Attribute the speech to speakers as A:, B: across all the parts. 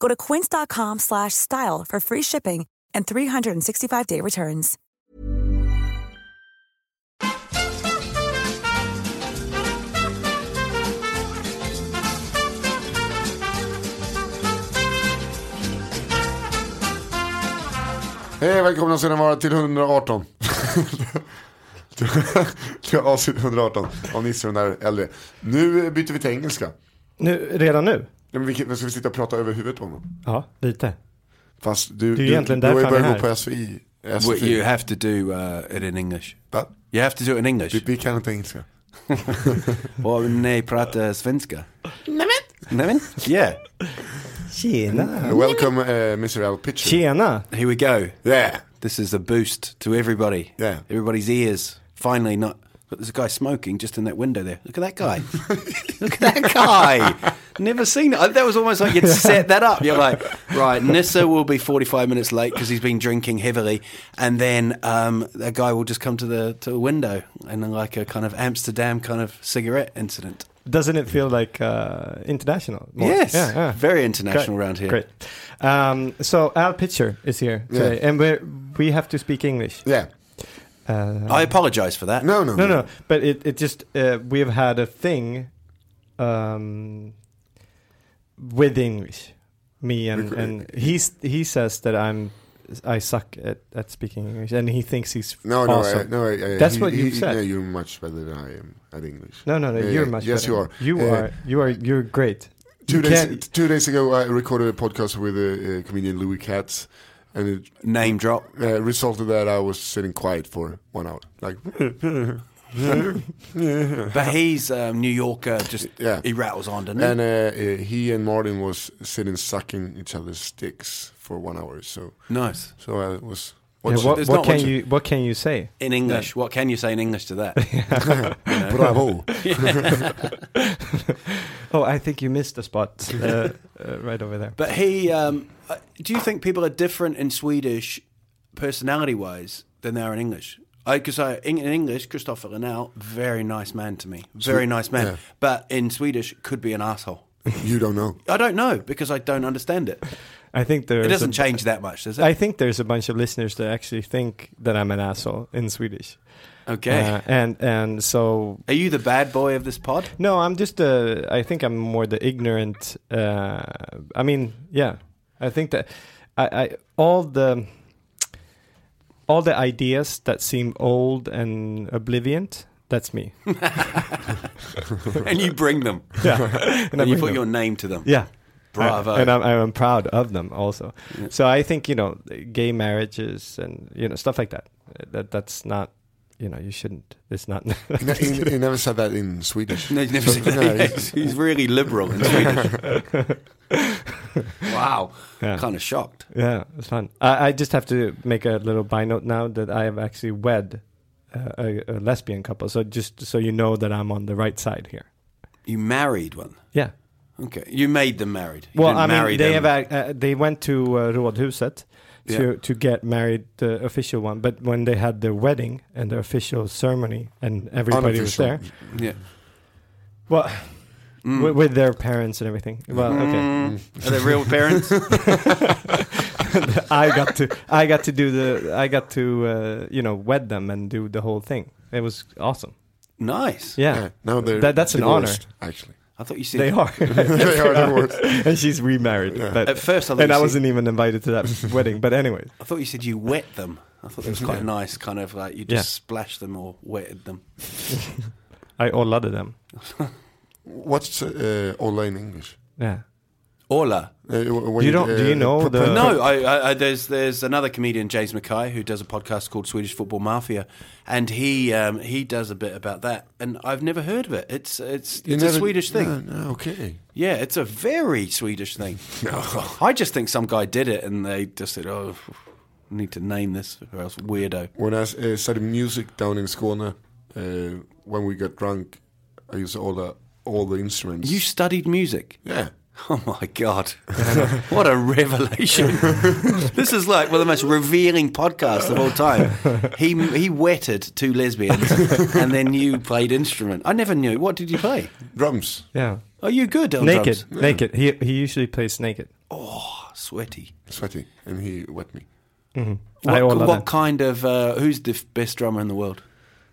A: Go to quince.com slash style for free shipping and 365-day returns.
B: Hej välkomna ska ni vara till 118. till till avsnitt 118 av Nisse och den där äldre. Nu byter vi till engelska.
C: Nu, redan nu?
B: Ja, men vi, kan- ska vi sitta och prata över huvudet på honom?
C: Ja, lite.
B: Fast du,
C: Det är ju
B: du,
C: egentligen
B: du har ju
C: därför han är
B: börjat gå
C: här.
B: på SFI.
D: Well,
B: SFI.
D: you have to do uh, it in English.
B: But
D: You have to do it in English.
B: vi, vi kan inte engelska.
D: Or ne prata svenska. Nämen. Yeah.
C: Tjena.
B: Welcome eh, Mr. L. Pitcher.
C: Tjena.
D: Here we go.
B: Yeah.
D: This is a boost to everybody.
B: Yeah.
D: Everybody's ears. Finally, not. Look, there's a guy smoking just in that window there. Look at that guy. Look at that guy. Never seen it. That was almost like you'd set that up. You're like, right, Nissa will be 45 minutes late because he's been drinking heavily. And then um, a guy will just come to the, to the window and like a kind of Amsterdam kind of cigarette incident.
C: Doesn't it feel like uh, international? more?
D: Yes.
C: Yeah, yeah.
D: Very international
C: Great,
D: round here.
C: Great. Um, so Al Pitcher is here today, and we we have to speak English.
B: Yeah.
C: Uh,
D: I apologize for that.
B: No, no.
C: no, no, but it it just uh, we have had a thing um, with English. Me and and he's he says that I'm I suck at, at speaking English, and he thinks he's
B: No, no,
C: awesome.
B: I, no. I, I,
C: That's what you've
B: he,
C: said.
B: No, you're much better than I am at English.
C: No, no, no.
B: Yeah,
C: you're
B: yeah.
C: much
B: Yes,
C: better.
B: you are.
C: You
B: Yeah.
C: are. You are. You're great.
B: Two
C: You
B: days,
C: can't-
B: two days ago, I recorded a podcast with uh, uh, comedian Louis Katz, and it
D: Name drop.
B: uh, resulted that I was sitting quiet for one hour. Like,
D: But he's um, New Yorker. Just
B: Yeah.
D: he rattles on, doesn't he?
B: and uh, uh, he and Martin was sitting sucking each other's sticks for one hour. So,
D: nice.
B: so I was.
C: Yeah,
B: What's
C: what
D: There's
C: what
D: not
C: can
D: much-
C: you What can you say?
D: In English, what can you say in English to that?
B: Bravo.
C: Oh, I think you missed a spot uh, uh, right over there.
D: but he, um, uh, do you think people are different in Swedish personality-wise than they are in English? Because I, in, in English, Christopher Linnell, very nice man to me, very nice man.
B: yeah.
D: But in Swedish, could be an asshole.
B: you don't know.
D: I don't know because I don't understand it.
C: I think there's.
D: It doesn't
C: a,
D: change that much, does it?
C: I think there's a bunch of listeners that actually think that I'm an asshole in Swedish.
D: okay.
C: Uh, and and so
D: are you the bad boy of this pod?
C: no, I'm just. Uh, I think I'm more the ignorant. Uh, I mean, yeah. I think that I, I all the all the ideas that seem old and oblivious. That's me.
D: and you bring them.
C: Yeah.
D: And,
C: I
D: you
C: bring
D: put
C: them.
D: your name to them.
C: Yeah.
D: Bravo.
C: And I'm, I'm proud of them also. So I think, you know, gay marriages and, you know, stuff like that. That That's not, you know, you shouldn't. It's not.
B: He, he- he never said that in Swedish.
D: No, he's never seen
B: No,
D: that.
B: he's-
D: He's, he's really liberal in Swedish. wow.
C: Yeah.
D: Kind of shocked.
C: yeah, it's fun. I, I just have to make a little by note now that I have actually wed uh, a, a lesbian couple. So just so you know that I'm on the right side here.
D: You married one.
C: Yeah.
D: Okay. You made them married. You
C: Well,
D: didn't
C: I
D: marry
C: mean, they
D: them.
C: have ac- uh, they went to uh, Rådhuset to
D: Yeah.
C: to get married, the official one. But when they had their wedding and their official ceremony, and everybody was
B: Unofficial.
C: there,
D: Yeah.
C: well,
D: Mm.
C: with, with their parents and everything. Well, okay, Mm.
D: Are they real parents?
C: I got to I got to do the I got to uh, you know wed them and do the whole thing. It was awesome.
D: nice.
C: Yeah,
B: Yeah, now they're
C: That- that's an honor.
B: divorced, Actually,
D: I thought you said.
C: they are,
B: they are divorced.
C: and she's remarried. But
D: At first, I thought,
C: and
D: you
C: I
D: said,
C: wasn't even invited to that wedding. But anyway,
D: I thought you said you wet them. I thought that was quite nice, kind of like you just
C: Yeah.
D: splashed them or wetted them.
C: I ollade them.
B: What's uh, Ola in English?
C: Yeah.
D: Orla.
B: Uh, when
C: You don't- do you know
B: pro-
C: the-
B: pro-
D: No, I, I, I, there's there's another comedian James Mackay who does a podcast called Swedish Football Mafia, and he um, he does a bit about that, and I've never heard of it. It's it's
B: You
D: it's a
B: never-
D: Swedish thing.
B: No, no, okay.
D: Yeah, it's a very Swedish thing. I just think some guy did it, and they just said, "Oh, I need to name this, or else weirdo."
B: When I uh, studied music down in Skåne, uh, when we got drunk, I used all the all the instruments.
D: You studied music.
B: yeah.
D: Oh my god! what a revelation! this is like one of the most revealing podcasts of all time. He he wetted two lesbians, and then you played instrument. I never knew. What did you play?
B: Drums.
C: Yeah.
D: Are you good on
C: naked.
D: drums?
C: Naked. He he usually plays naked.
D: Sweaty.
B: Sweaty. And he wet me.
C: I
D: What,
C: ollade.
D: what kind of? Uh, who's the f- best drummer in the world?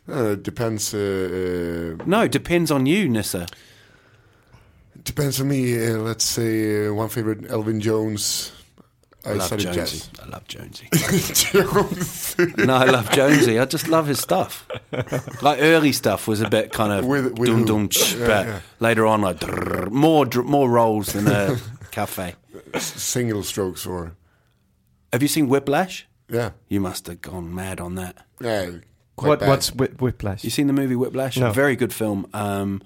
B: Uh, it depends. Uh, uh,
D: No, depends on you, Nissa.
B: depends on me. Uh, let's say uh, one favorite, Elvin Jones. I,
D: I love
B: studied
D: Jonesy.
B: jazz.
D: I love Jonesy.
B: Jones.
D: no, I love Jonesy. I just love his stuff. Like early stuff was a bit kind of
B: With- with
D: dum
B: who?
D: dum, tsh, but later on, like drrr, more dr- more rolls than a cafe.
B: Single strokes or
D: Have you seen Whiplash?
B: yeah.
D: You must have gone mad on that.
B: Yeah. Quite
C: What
B: bad.
C: what's whi- whiplash?
D: You seen the movie Whiplash?
C: No.
D: Very good film. Um,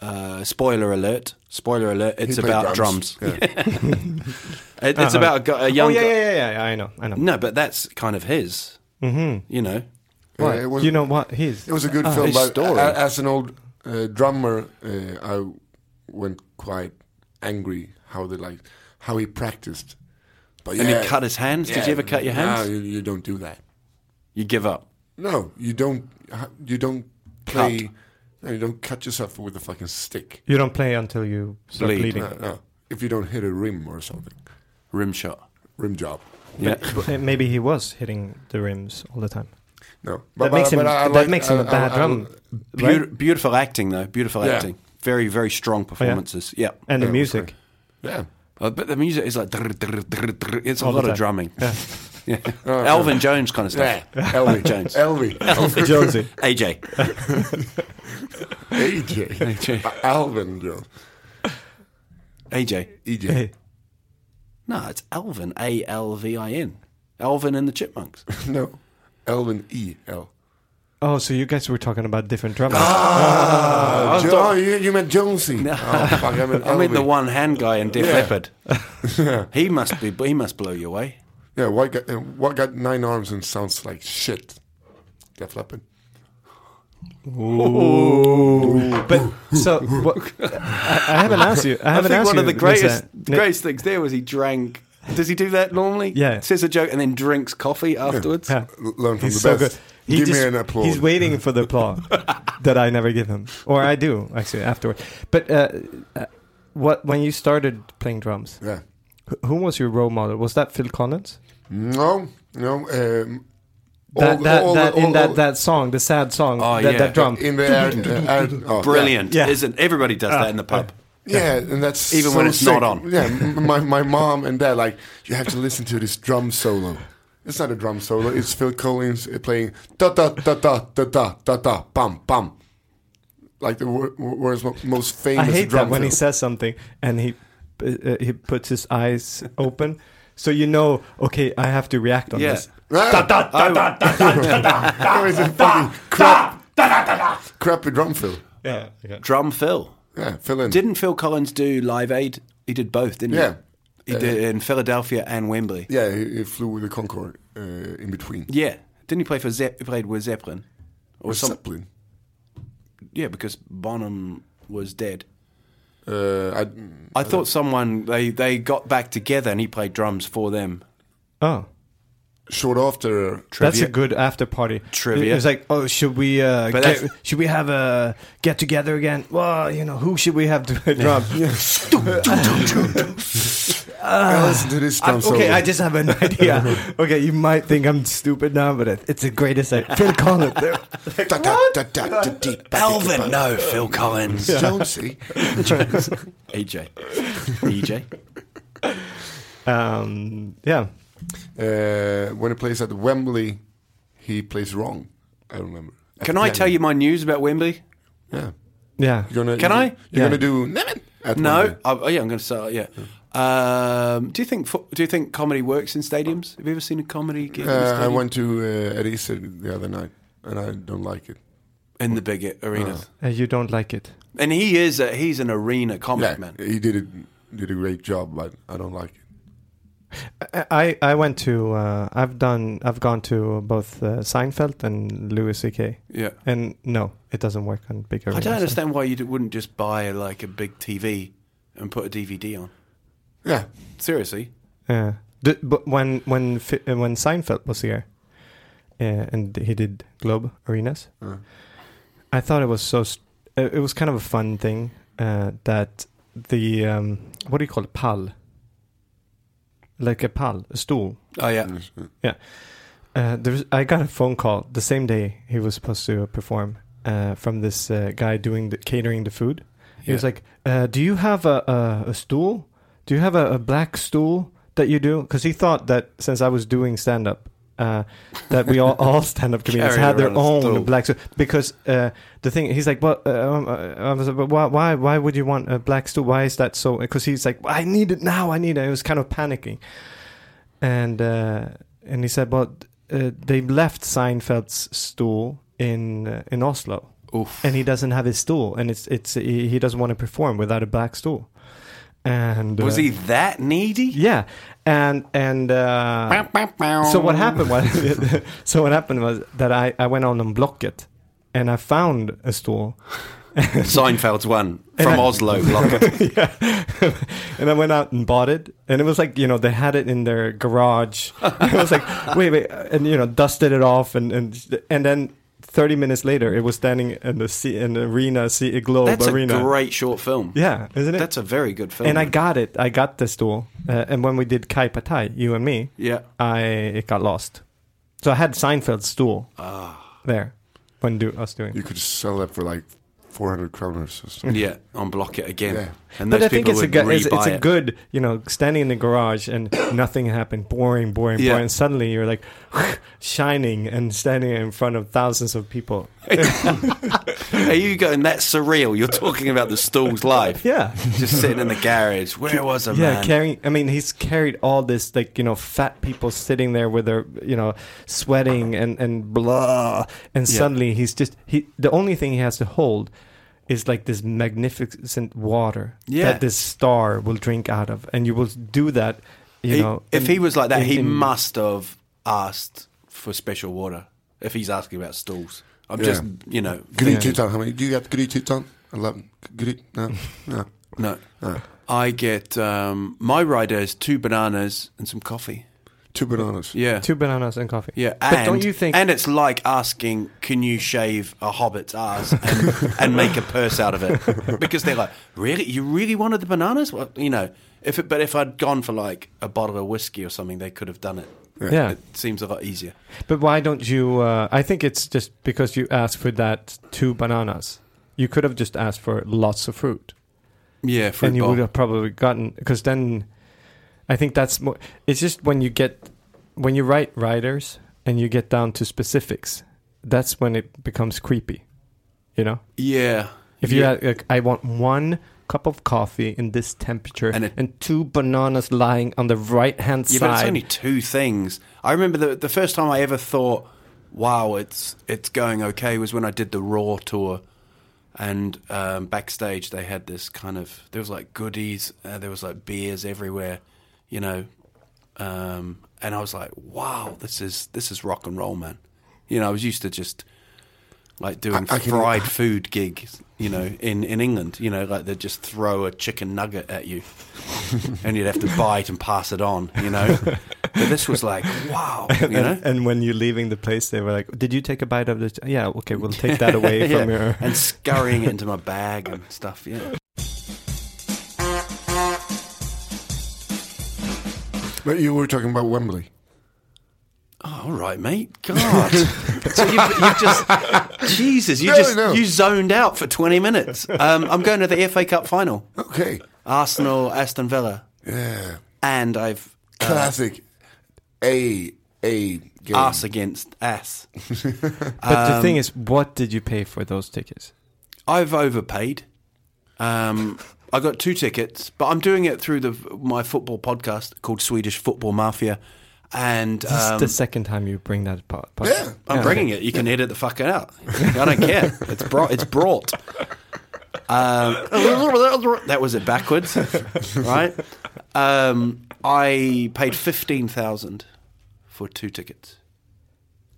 D: uh, spoiler alert! Spoiler alert! It's
B: played
D: about drums.
B: drums.
D: It- it's about a, gu- a
C: oh
D: young.
C: yeah,
D: gu-
C: yeah, yeah, yeah, yeah. I know. I know.
D: No, but that's kind of his. Mm-hmm. You know,
B: Yeah,
C: Why?
B: Uh, it was-
C: you know what? His.
B: It was a good film,
D: Oh, his
B: but
D: story.
B: a- as an old uh, drummer, uh, I went quite angry how they like how he practiced. But
D: And he cut his hands? Did you ever cut your hands?
B: No, you, you don't do that.
D: you give up.
B: No, you don't. You don't play. No, you don't cut yourself with a fucking stick.
C: You don't play until you start
D: Bleed.
C: bleeding.
B: No, no. If you don't hit a rim or something,
D: Rim shot.
B: rim job.
D: Yeah.
C: Uh, Maybe he was hitting the rims all the time.
B: No,
C: That makes him. That makes
B: uh,
C: him a bad drum.
D: Beaut-
C: right?
D: Beautiful acting, though. Beautiful
B: Yeah.
D: acting. Very, very strong performances. Yeah.
C: And the
B: Yeah,
C: music.
B: Yeah,
D: Uh, but the music is like. drrr, drrr, drrr, drrr. It's a
C: All the
D: lot
C: time.
D: of drumming. Yeah. Alvin Jones kind of
B: yeah.
D: stuff.
B: Elvie
D: Jones.
B: Elvie,
C: Jonesy.
D: AJ.
B: AJ,
D: AJ.
B: Alvin, Jones.
D: AJ.
B: EJ.
D: No, it's Alvin. A L V I N. Alvin and the Chipmunks.
B: No, Elvin E L.
C: Oh, so you guys were talking about different drummers.
B: Ah, Jo- oh, you, you meant Jonesy. Oh, fuck, I meant
D: I mean, the
B: Elvie.
D: one hand guy in Def
B: Yeah.
D: Leppard. he must be. He must blow you away.
B: Yeah, what got, uh, what got nine arms and sounds like shit? Def Leppard.
C: But so what, I, I haven't asked you. I
D: I
C: haven't
D: think
C: asked
D: one
C: you,
D: of the
C: Lisa.
D: greatest
C: Ni-
D: greatest things there was he drank. Does he do that normally?
C: Yeah.
D: Says a joke and then drinks coffee afterwards.
C: Yeah.
B: L- Learn from
C: He's
B: the
C: so
B: best.
C: good. He
B: Give
C: just-
B: me an applause.
C: He's waiting for the applause that I never give him, or I do actually afterward. But uh, uh, what when you started playing drums,
B: Yeah.
C: wh- who was your role model? Was that Phil Collins?
B: No, no. Um,
C: That
B: all-
C: that,
B: all-
C: that in
B: all-
C: that,
B: all- Ah,
C: that song, the sad song,
D: Oh,
C: that,
D: yeah.
C: that drum.
B: in the air, uh, air- oh, yeah.
D: Brilliant,
C: Yeah.
D: isn't? Everybody does that in the pub.
B: Yeah. and that's
D: Even
B: so
D: when it's
B: sick.
D: not on.
B: Yeah, m- my my mom and dad like you have to listen to this drum solo. It's not a drum solo. It's Phil Collins uh, playing da da da da da da da da bum bum, like the wor- world's mo- most
C: I
B: famous.
C: hate
B: drum
C: that when he
B: fill.
C: says something and he uh, he puts his eyes open, so you know, okay, I have to react on
D: Yeah.
C: this.
B: Da, da, da, da, da, da, da, da. It's a fucking crap, crappy drum fill.
C: Yeah, yeah.
D: Drum Phil.
B: Yeah, fill in.
D: Didn't Phil Collins do Live Aid? He did both, didn't
B: Yeah.
D: he? He did in Philadelphia and Wembley.
B: Yeah, he, he flew with the Concorde uh, in between.
D: Yeah. Didn't he play for Ze- he played with Zeppelin? Or
B: With
D: some
B: Zeppelin.
D: Yeah, because Bonham was dead.
B: Uh, I,
D: I thought someone they, they got back together and he played drums for them.
C: Oh.
B: short after.
C: That's a good after party
D: Trivia.
C: It was like, oh, should we uh, get,
D: But that's-
C: should we have a get together again? Well, you know, who should we have to drum?
B: I listened to this
C: I'm-
B: drum
C: okay,
B: solo.
C: I just have an idea. okay, you might think I'm stupid now, but it- it's the greatest. idea. Phil Collins. there.
B: Da, da, da, da, da, da, da,
D: Alvin, no, Phil Collins.
B: Jonesy.
D: AJ. EJ.
C: Um, yeah. Um,
B: Uh, when he plays at Wembley, he plays wrong. I remember. At
D: Can
B: the
D: I
B: piano.
D: tell you my news about Wembley?
B: Yeah.
C: Yeah.
B: You're gonna,
D: Can
B: you're,
D: I?
B: You're
C: Yeah.
B: gonna do Nemen at
D: No,
B: Wembley.
D: I, oh, yeah, I'm going to start. Yeah. Um, do you think fo- do you think comedy works in stadiums? Have you ever seen a comedy gig in, a
B: Uh, I
D: stadium?
B: went to uh, Edisa the other night, and I don't like it.
D: in the big arenas?
B: Oh.
C: And Uh, you don't like it.
D: And he is a, he's an arena comic
B: Yeah,
D: man.
B: he did a, did a great job, but I don't like it.
C: I, I I went to uh, I've done I've gone to both uh, Seinfeld and Louis C.K.
D: Yeah.
C: and no, it doesn't work on big
D: I
C: arenas.
D: don't understand why you d- wouldn't just buy like a big TV and put a DVD on.
B: Yeah,
D: Seriously,
C: Yeah, D- but when when Fi- uh, when Seinfeld was here, uh, and he did Globe Arenas,
B: Uh.
C: I thought it was so. St- uh, it was kind of a fun thing uh, that the um, what do you call it pal, like a pal, a stool.
D: oh yeah,
C: Uh, there's, I got a phone call the same day he was supposed to perform uh, from this uh, guy doing the catering the food. He was
D: Yeah.
C: like, uh, "Do you have a, a, a stool? Do you have a, a black stool that you do?" Because he thought that since I was doing stand up, uh, that we all, all stand up comedians
D: Carry
C: had their
D: around a
C: own
D: stool.
C: black stool. Because uh, the thing, he's like, "Well, uh, um, uh, I was like, but why, why, why would you want a black stool? Why is that so?" Because he's like, "I need it now. I need it." He was kind of panicking, and uh, and he said, "Well, uh, they left Seinfeld's stool in uh, in Oslo."
D: oof.
C: and he doesn't have his stool, and it's it's he, he doesn't want to perform without a black stool. And
D: Was
C: uh,
D: he that needy?
C: Yeah, and and uh, so what happened was so what happened was that I I went on and blocked it, and I found a stool,
D: Seinfeld's one from
C: I-
D: Oslo. Locker.
C: and I went out and bought it, and it was like you know they had it in their garage. I was like, wait, wait, and you know dusted it off, and and and then. 30 minutes later, it was standing in the sea, in the arena, sea, a globe
D: That's a
C: arena.
D: great short film.
C: yeah, isn't it?
D: That's a very good film.
C: and I got it. I got the stool. Uh, and when we did Kai Patai, you and me,
D: yeah.
C: I it got lost. So I had Seinfeld's stool
D: Ah.
C: there when do us doing.
B: you could sell that for like four hundred kroners or something.
D: Yeah, unblock it again.
B: Yeah.
D: And those
C: But I think it's
D: people
C: a
D: would
C: good, it's, it's
D: rebuy
C: a
D: it.
C: good, you know, standing in the garage and nothing happened, boring, boring,
D: Yeah.
C: boring. And suddenly you're like shining and standing in front of thousands of people.
D: Are you going that surreal? You're talking about the stool's life.
C: Yeah,
D: Just sitting in the garage. Where was I,
C: yeah.
D: man?
C: Carrying, I mean, he's carried all this, like you know, fat people sitting there with their, you know, sweating and and blah. And
D: Yeah.
C: suddenly he's just he. The only thing he has to hold is like this magnificent water
D: Yeah.
C: that this star will drink out of, and you will do that. You
D: He-
C: know,
D: if
C: in-
D: he was like that,
C: in-
D: he
C: in-
D: must have asked for special water. If he's asking about stools, I'm
B: Yeah.
D: just you know
B: Gry
D: thinking-
B: Tutan, how many? Do you got Gry Tutan? Eleven. Gry? No, no.
D: No, I get um, my rider is two bananas and some coffee.
B: Two bananas.
D: Yeah,
C: two bananas and coffee.
D: yeah.
C: but
D: and,
C: don't you think?
D: And it's like asking, "Can you shave a hobbit's ass and, and make a purse out of it?" Because they're like, "Really? You really wanted the bananas?" Well, you know, if it, but if I'd gone for like a bottle of whiskey or something, they could have done it.
C: yeah,
D: It seems a lot easier.
C: But why don't you? Uh, I think it's just because you asked for that two bananas. You could have just asked for lots of fruit,
D: Yeah, fruit
C: and you
D: bowl.
C: would have probably gotten. Because then, I think that's more. It's just when you get when you write writers and you get down to specifics. That's when it becomes creepy, you know.
D: Yeah.
C: If you
D: yeah.
C: had, like, I want one cup of coffee in this temperature
D: And
C: and,
D: it-
C: two bananas lying on the right hand
D: Yeah, but it's
C: side.
D: only two things. I remember the the first time I ever thought, "Wow, it's it's going okay," was when I did the Raw tour, and um, backstage they had this kind of there was like goodies, uh, there was like beers everywhere, you know, um, and I was like, "Wow, this is this is rock and roll, man." You know, I was used to just like doing
B: I- I can-
D: fried food gigs, you know, in, in England, you know, like they'd just throw a chicken nugget at you and you'd have to buy it and pass it on, you know. But this was like, wow, you know.
C: and, and when you're leaving the place, they were like, "Did you take a bite of the?" Ch-? Yeah, okay, we'll take that away
D: Yeah,
C: from your.
D: and scurrying it into my bag and stuff, yeah.
B: But you were talking about Wembley.
D: Oh, all right, mate. God. so you, you just, Jesus, you
B: No,
D: just,
B: no.
D: you zoned out for 20 minutes. Um, I'm going to the FA Cup final.
B: Okay.
D: Arsenal, Aston Villa.
B: Yeah.
D: And I've
B: Classic. A A game.
D: Us against ass.
C: But the thing
D: um,
C: is, what did you pay for those tickets?
D: I've overpaid. Um, I got two tickets, but I'm doing it through the my football podcast called Swedish Football Mafia, and
C: This is
D: um,
C: the second time you bring that part.
B: Yeah,
D: I'm bringing it. You can edit the fuck out. I don't care. It's brought. It's brought. Um, that was it backwards, right? Um, I paid fifteen thousand for two tickets.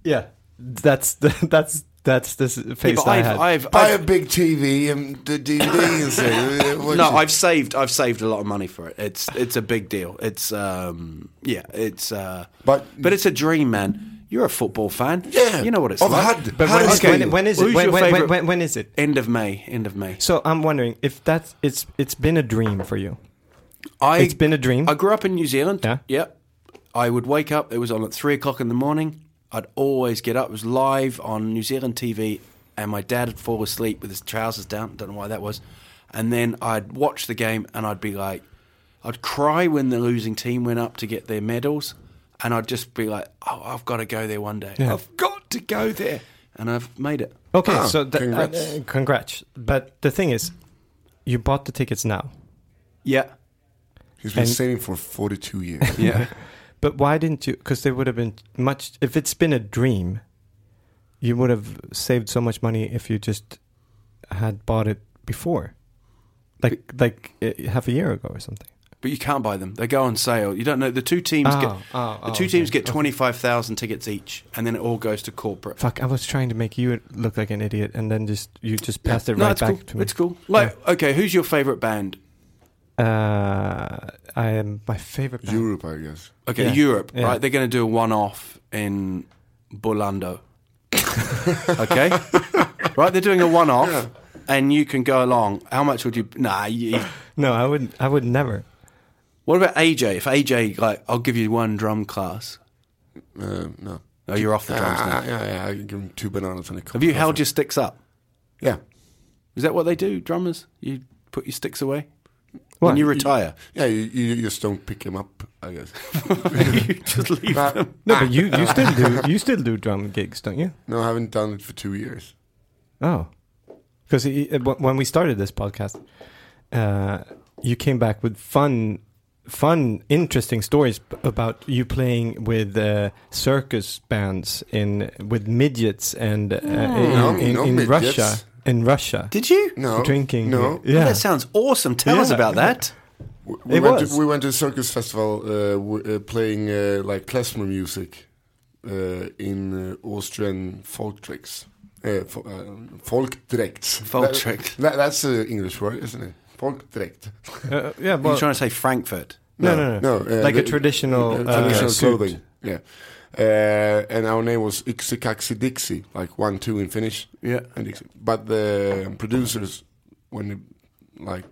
C: Yeah, that's the, that's that's the s- face
D: but
C: I
D: I've,
C: had.
D: I've,
B: Buy a
D: I've-
B: big TV and the DVD and say, what
D: no,
B: you-
D: I've saved. I've saved a lot of money for it. It's it's a big deal. It's um, yeah. It's uh,
B: But-
D: but it's a dream, man. You're a football fan.
B: Yeah.
D: you know what it's
B: I've
D: like.
B: had-
C: but when,
B: How
C: is,
B: do you-
C: when, when is
D: Who's
C: it? When,
D: your
C: when, when,
D: favorite-
C: when, when is it?
D: End of May. End of May.
C: So I'm wondering if that's it's it's been a dream for you.
D: I,
C: It's been a dream.
D: I grew up in New Zealand.
C: Yeah.
D: Yep. I would wake up. It was on at three o'clock in the morning. I'd always get up. It was live on New Zealand TV, and my dad would fall asleep with his trousers down. Don't know why that was. And then I'd watch the game, and I'd be like, I'd cry when the losing team went up to get their medals, and I'd just be like, Oh, I've got to go there one day.
C: Yeah. Oh.
D: I've got to go there, and I've made it.
C: Okay,
B: Ah,
C: so that,
B: congrats.
C: uh, uh, congrats. But the thing is, you bought the tickets now.
D: Yeah.
B: He's been
C: and-
B: saving for 42 years.
D: Yeah.
C: But why didn't you? Because they would have been much. If it's been a dream, you would have saved so much money if you just had bought it before, like like uh, half a year ago or something.
D: But you can't buy them. They go on sale. You don't know. The two teams
C: Oh,
D: get
C: oh,
D: the
C: oh,
D: two teams
C: okay.
D: get twenty five thousand tickets each, and then it all goes to corporate.
C: Fuck! I was trying to make you look like an idiot, and then just you just passed it right
D: it's
C: back
D: cool.
C: to me.
D: It's cool. Like, okay, who's your favorite band?
C: Uh, I am my favorite. Band.
B: Europe, I guess.
D: Okay,
C: Yeah.
D: Europe,
C: Yeah.
D: right? They're going to do a one off in Bolando. okay, right? They're doing a one off, and you can go along. How much would you? Nah. You,
C: No, I would. I would never.
D: what about AJ? If AJ, like, I'll give you one drum class.
B: Uh, no.
D: Oh, you're off the drums
B: Ah,
D: now.
B: yeah, yeah, I can give him two bananas and a cup.
D: Have you
B: of
D: held
B: coffee.
D: your sticks up?
B: Yeah.
D: Is that what they do, drummers? You put your sticks away
C: What?
D: when you retire.
B: Yeah, you, you just don't pick him up, I guess.
D: you just
B: But-
D: leave
B: ah,
D: them.
C: No, but you you still do you still do drum gigs, don't you?
B: No, I haven't done it for two years.
C: Oh, because when we started this podcast, uh, you came back with fun, fun, interesting stories b- about you playing with uh, circus bands in with midgets and uh, in,
B: No,
C: in,
B: no
C: in
B: midgets.
C: Russia. In Russia,
D: Did you?
B: No.
C: drinking.
B: No.
C: yeah.
D: That sounds awesome. Tell us
C: Yeah.
D: about that.
B: We- We,
C: It
B: went
C: was.
B: To, we went to a circus festival uh, w- uh, playing uh, like klezmer music uh, in uh, Austrian folk tricks. Uh, fo- uh, folk tricks.
D: Folkdrecht.
B: That, that's an English word, isn't it? Folk tricked.
C: Uh, yeah,
D: You're
C: well,
D: trying to say Frankfurt.
C: no, no, no,
B: uh,
C: like a
B: the-
C: traditional,
B: uh,
C: uh,
B: traditional
C: suit.
B: clothing. Yeah. Uh, and our name was Yksikaksi Dixie, like one, two in Finnish.
D: Yeah.
B: And Dixie. But the producers, when they, like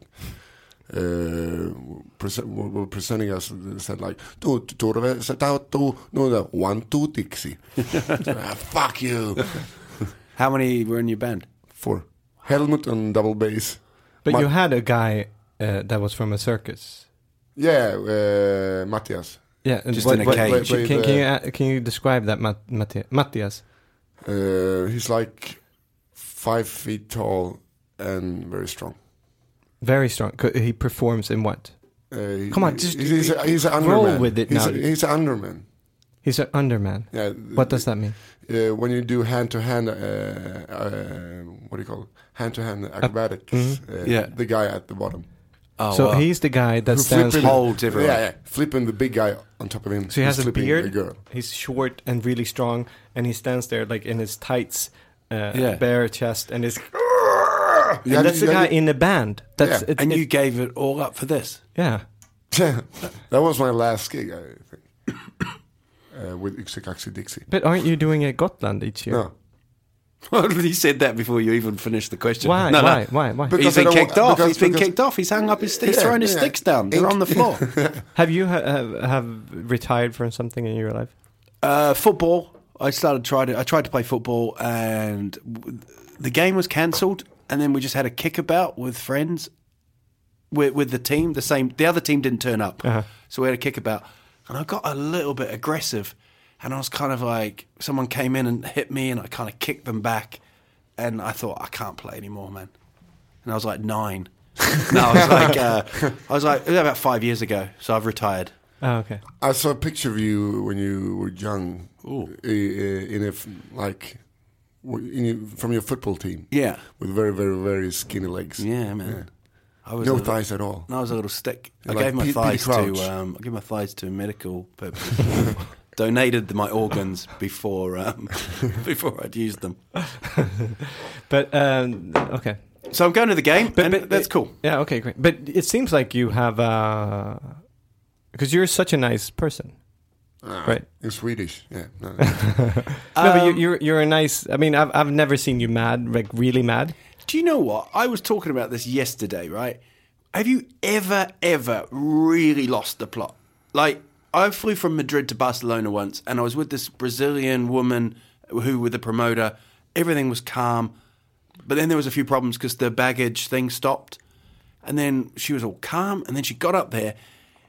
B: uh, prese- were were presenting us, they said like, "Tu- tu- tu- tu- tu- tu- tu- no, no, one, two, Dixie." Ah, fuck you.
D: How many were in your band?
B: For helmet and double bass.
C: But
B: My-
C: you had a guy uh, that was from a circus.
B: Yeah, uh, Matthias.
C: Yeah, and
D: Just in a
B: cage.
C: Can, can,
B: Played,
C: you uh, can you describe that, Mat- Matti- Matthias?
B: Uh, he's like five feet tall and very strong.
C: Very strong. Co- He performs in what?
B: Uh,
C: Come on, just
B: he's, he's, a- he's an
C: roll
B: underman.
C: with it
B: he's
C: now.
B: A, he's an underman.
C: He's an underman.
B: Yeah.
C: What does that mean?
B: Uh, when you do hand to hand, what do you call it? Hand to hand acrobatics.
C: Mm-hmm.
B: uh,
D: Yeah.
B: The guy at the bottom.
D: Oh,
C: so he's the guy that
B: Who
C: stands.
B: flipping-
D: Holds everyone.
B: Yeah, yeah. Flipping the big guy on top of him.
C: So
B: and
C: he has a
B: flipping
C: beard.
B: The girl.
C: He's short and really strong, and he stands there like in his tights, uh,
D: Yeah.
C: bare chest, and his. And
B: Yeah,
C: that's the
B: yeah,
C: guy
B: yeah.
C: in the band. That's
B: Yeah.
C: it,
D: and
C: it-
D: you gave it all up for this.
C: yeah.
B: that was my last gig, I think. Uh, with Yksikaksi Dixie.
C: But aren't you doing a Gotland each year?
B: No.
D: he said that before you even finished the question.
C: Why?
D: No, no.
C: why? Why? Why?
B: Because
D: He's
B: I
D: been
B: don't
D: kicked
B: want-
D: off.
B: because-
D: he's been
B: because-
D: kicked off. He's hung up his sticks,
B: Yeah,
D: throwing his
B: yeah.
D: sticks down. They're on the floor.
C: Have you ha- have, have retired from something in your life?
D: Uh, football. I started tried. I tried to play football, and w- the game was cancelled. And then we just had a kickabout with friends, with, with the team. The same. The other team didn't turn up, so we had a kickabout, and I got a little bit aggressive, And I was kind of like, someone came in and hit me, and I kind of kicked them back. And I thought, I can't play anymore, man. And I was like nine. no, I was like, uh, I was like, it was about five years ago. So I've retired.
C: Oh, okay.
B: I saw a picture of you when you were young, i- i- in a f- like w- in your, from your football team.
D: Yeah.
B: with very, very, very skinny legs.
D: Yeah, man. I was a
B: no
D: little-
B: thighs at all.
D: And I was a little stick. I
B: Like
D: gave my
B: Pe- Peter
D: thighs
B: Crouch.
D: to um, I gave my thighs to medical purposes. Donated my organs before um, before I'd used them.
C: But um, okay.
D: So I'm going to the game,
C: But,
D: and
C: but-
D: that's cool.
C: Yeah. Okay. Great. But it seems like you have uh, because you're such a nice person,
D: Ah.
C: right?
B: In Swedish, yeah. No, no.
C: no,
D: Um,
C: but you, you're you're a nice. I mean, I've I've never seen you mad, like really mad.
D: Do you know what? I was talking about this yesterday, right? Have you ever, ever really lost the plot? Like, I flew from Madrid to Barcelona once and I was with this Brazilian woman who, with the promoter, everything was calm. But then there was a few problems because the baggage thing stopped. And then she was all calm. And then she got up there.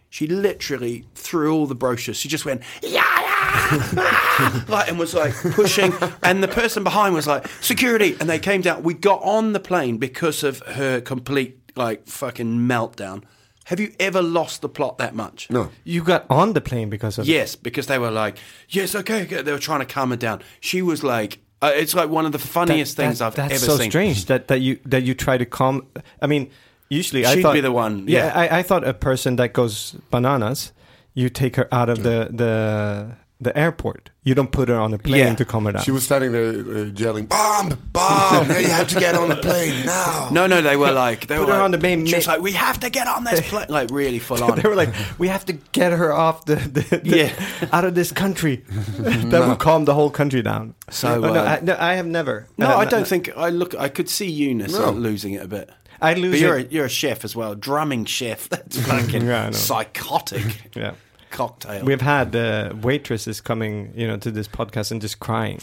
D: She literally threw all the brochures. She just went, yeah, yeah, ah," like, and was like pushing. And the person behind was like, security. And they came down. We got on the plane because of her complete, like, fucking meltdown. Have you ever lost the plot that much?
B: no.
C: You got on the plane because of
D: Yes, because they were like, yes, okay, okay. They were trying to calm her down. She was like, uh, it's like one of the
C: That-
D: funniest
C: that-
D: things I've
C: that's
D: ever
C: so
D: seen.
C: strange that, that you that you try to calm. I mean, usually I
D: She'd
C: thought
D: be the one, yeah.
C: I, I thought a person that goes bananas, you take her out of the the the airport. You don't put her on a plane
D: Yeah.
C: to calm her down.
B: She was standing there uh, yelling, "Bomb! Bomb! Now you have to get on the plane now!"
D: No, no, they were like they
C: Put
D: were
C: her
D: like,
C: on the main
D: She
C: mi-
D: was like, we have to get on this plane, like really full on.
C: they were like, "We have to get her off the, the, the-
D: Yeah.
C: out of this country." that would calm the whole country down.
D: So,
C: Oh, no,
D: uh,
C: I, no, I have never.
D: no,
C: Uh,
D: I don't think I look. I could see Eunice
B: No.
D: losing it a bit.
C: I lose
D: But you're a,
C: it.
D: you're a chef as well, drumming chef. That's fucking
C: Yeah, I know.
D: psychotic
C: Yeah.
D: cocktail.
C: We've had uh, waitresses coming, you know, to this podcast and just crying.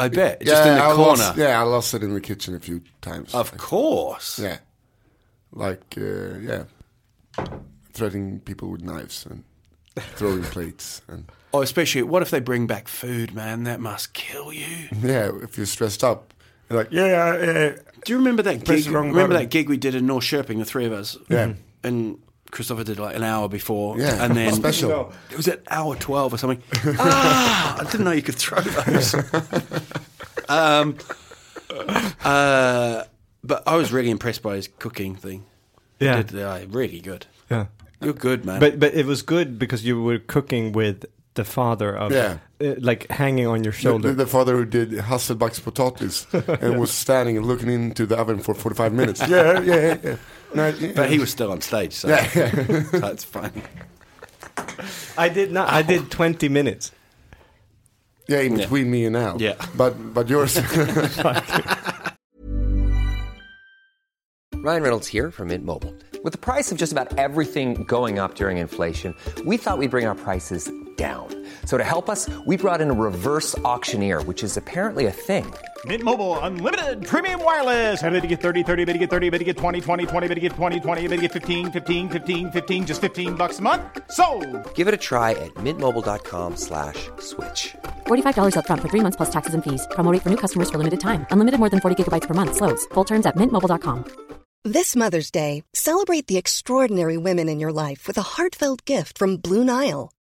D: I bet just in the
B: I
D: corner.
B: Lost, yeah, I lost it in the kitchen a few times.
D: Of course.
B: yeah, like uh, yeah, threatening people with knives and throwing plates and
D: Or Oh, especially, what if they bring back food, man? That must kill you.
B: yeah, if you're stressed up, you're like yeah, yeah,
D: Do you remember that
B: Press the
D: gig?
B: wrong
D: Remember
B: button.
D: that gig we did in North Sherping, the three of us. Mm-hmm.
B: Yeah.
D: And Christopher did like an hour before.
B: Yeah.
D: And then
B: Special. No.
D: It was at hour twelve or something. ah, I didn't know you could throw those. um, uh, but I was really impressed by his cooking thing.
C: Yeah.
D: Did, uh, really good.
C: Yeah.
D: You're good, man.
C: But but it was good because you were cooking with the father of
B: Yeah.
C: uh, like hanging on your
B: yeah.
C: shoulder.
B: The, the father who did Hasselback's potatoes and was standing and looking into the oven for 45 minutes. Yeah, yeah, yeah. yeah. No, yeah.
D: but he was still on stage, so that's funny.
C: I did not. I did 20 minutes.
B: yeah, in between me and Al.
D: Yeah.
B: But but yours.
E: Ryan Reynolds here from Mint Mobile. With the price of just about everything going up during inflation, we thought we'd bring our prices down. So to help us, we brought in a reverse auctioneer, which is apparently a thing.
F: Mint Mobile unlimited premium wireless. Ready to get 30, 30, bet you get 30, bet you get 20, 20, 20, bet you get 20, 20, bet you get 15, 15, 15, 15 just 15 bucks a month. So,
E: Give it a try at mintmobile.com slash switch.
G: $45 up front for three months plus taxes and fees. Promo rate for new customers for limited time. Unlimited more than 40 gigabytes per month. Slows. Full terms at mintmobile.com.
H: This Mother's Day, celebrate the extraordinary women in your life with a heartfelt gift from Blue Nile.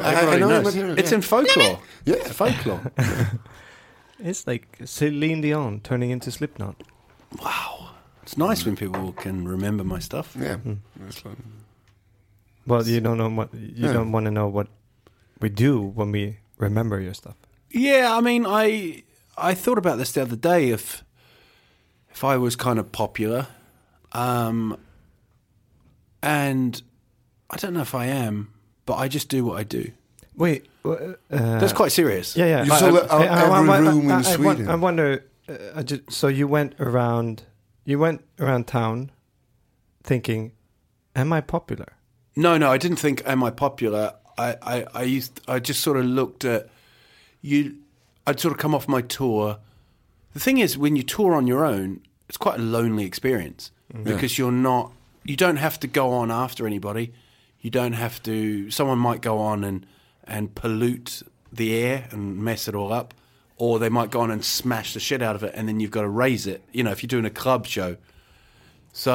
B: I, I know the
D: Nice.
B: material.
D: It's
B: yeah.
D: in folklore.
B: yeah, folklore.
C: It's like Celine Dion turning into Slipknot.
D: It's nice when people can remember my stuff.
B: yeah, It's like-
C: Well, you don't know what you don't want to know what we do when we remember your stuff.
D: Yeah, I mean, I I thought about this the other day. If if I was kind of popular, um, and I don't know if I am, but I just do what I do.
C: Wait, uh,
D: That's quite serious.
C: yeah, yeah.
B: You saw that out every
C: won-
B: room in
C: I- I won-
B: Sweden.
C: I wonder. Uh, I just, so you went around, you went around town, thinking, "Am I popular?"
D: No, no, I didn't think am I popular. I, I, I used I just sort of looked at you I'd sort of come off my tour. The thing is when you tour on your own, it's quite a lonely experience because you're not you don't have to go on after anybody. You don't have to someone might go on and and pollute the air and mess it all up or they might go on and smash the shit out of it and then you've got to raise it, you know, if you're doing a club show. So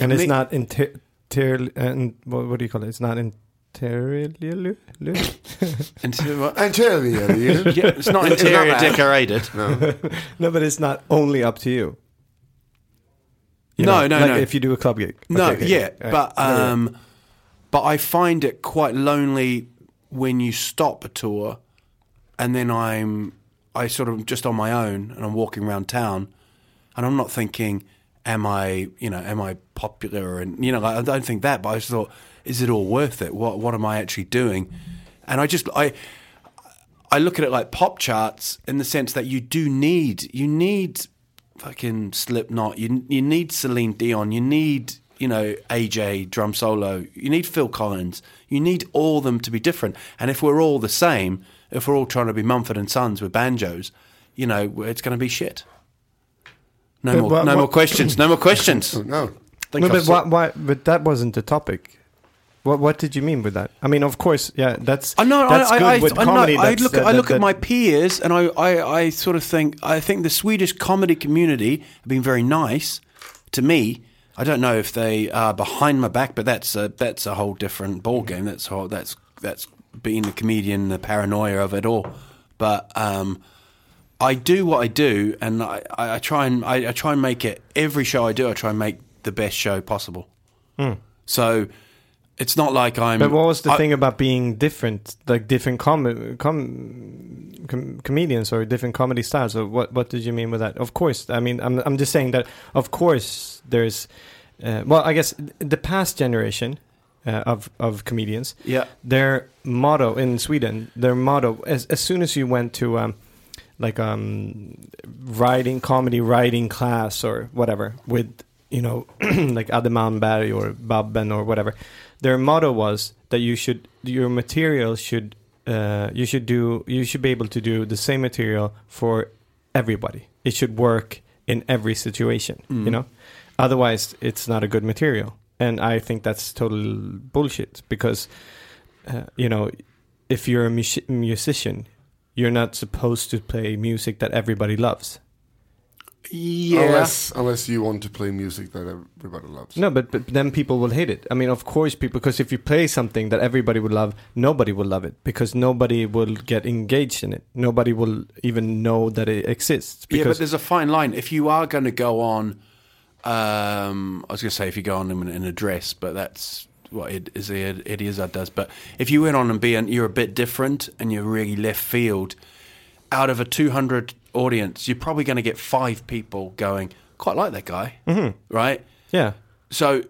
C: and
D: me-
C: it's not inter. ter- and what, what do you call it? It's not interiorly.
D: until
B: And tell you, yeah.
D: Yeah, it's not interior
B: bad.
D: decorated.
C: no, but it's not only up to you. You
D: No, no,
C: like
D: no.
C: If you do a club gig,
D: No,
C: Okay, okay.
D: yeah,
C: All right.
D: but um, but I find it quite lonely when you stop a tour, and then I'm I sort of just on my own, and I'm walking around town, and I'm not thinking, am I you know am I popular and you know like, I don't think that, but I just thought, is it all worth it? What what am I actually doing? And I just I I look at it like pop charts in the sense that you do need you need fucking Slipknot, you you need Celine Dion, you need you know AJ drum solo, you need Phil Collins, you need all them to be different. And if we're all the same, if we're all trying to be Mumford and Sons with banjos, you know it's going to be shit. No
C: But
D: more,
C: what-
D: no more
C: what-
D: questions. No more questions.
B: no.
D: Think
C: No,
D: I've
C: but
D: said-
C: why, why? But that wasn't the topic. What What did you mean with that? I mean, of course, yeah. That's
D: I know.
C: That's
D: I,
C: good
D: I, I,
C: with
D: I, know,
C: comedy.
D: I
C: that's-
D: look.
C: that-
D: I look
C: that-
D: at my
C: that-
D: peers, and I, I, I sort of think. I think the Swedish comedy community have been very nice to me. I don't know if they are behind my back, but that's a that's a whole different ball game. That's whole, that's that's being the comedian, the paranoia of it all. But um, I do what I do, and I, I I try and I, I try and make it every show I do. I try and make the best show possible. So it's not like I'm.
C: Hmm. But what was the
D: I-
C: thing about being different, like different com- com- com- comedians or different comedy styles? Or what What did you mean with that? Of course, I mean, I'm I'm just saying that. Of course, there's. Uh, well, I guess the past generation uh, of of comedians,
D: Yeah.
C: their motto in Sweden, their motto as as soon as you went to um, like um, writing comedy writing class or whatever with you know like Ademan Barry or Babben or whatever, their motto was that you should your material should uh, you should do you should be able to do the same material for everybody. It should work in every situation. You know, otherwise it's not a good material. And I think that's total bullshit because uh, you know, if you're a mus- musician, you're not supposed to play music that everybody loves.
D: Yeah.
B: Unless, unless you want to play music that everybody loves.
C: No, but, but then people will hate it. I mean, of course, people because if you play something that everybody would love, nobody will love it because nobody will get engaged in it. Nobody will even know that it exists. Because
D: yeah, but there's a fine line. If you are going to go on, um, I was going to say if you go on in, in a dress, but that's what it is. It, it is that does. But if you went on and be an, you're a bit different and you're really left field, out of a 200 audience, you're probably going to get five people going. Quite like that guy, right?
C: yeah.
D: So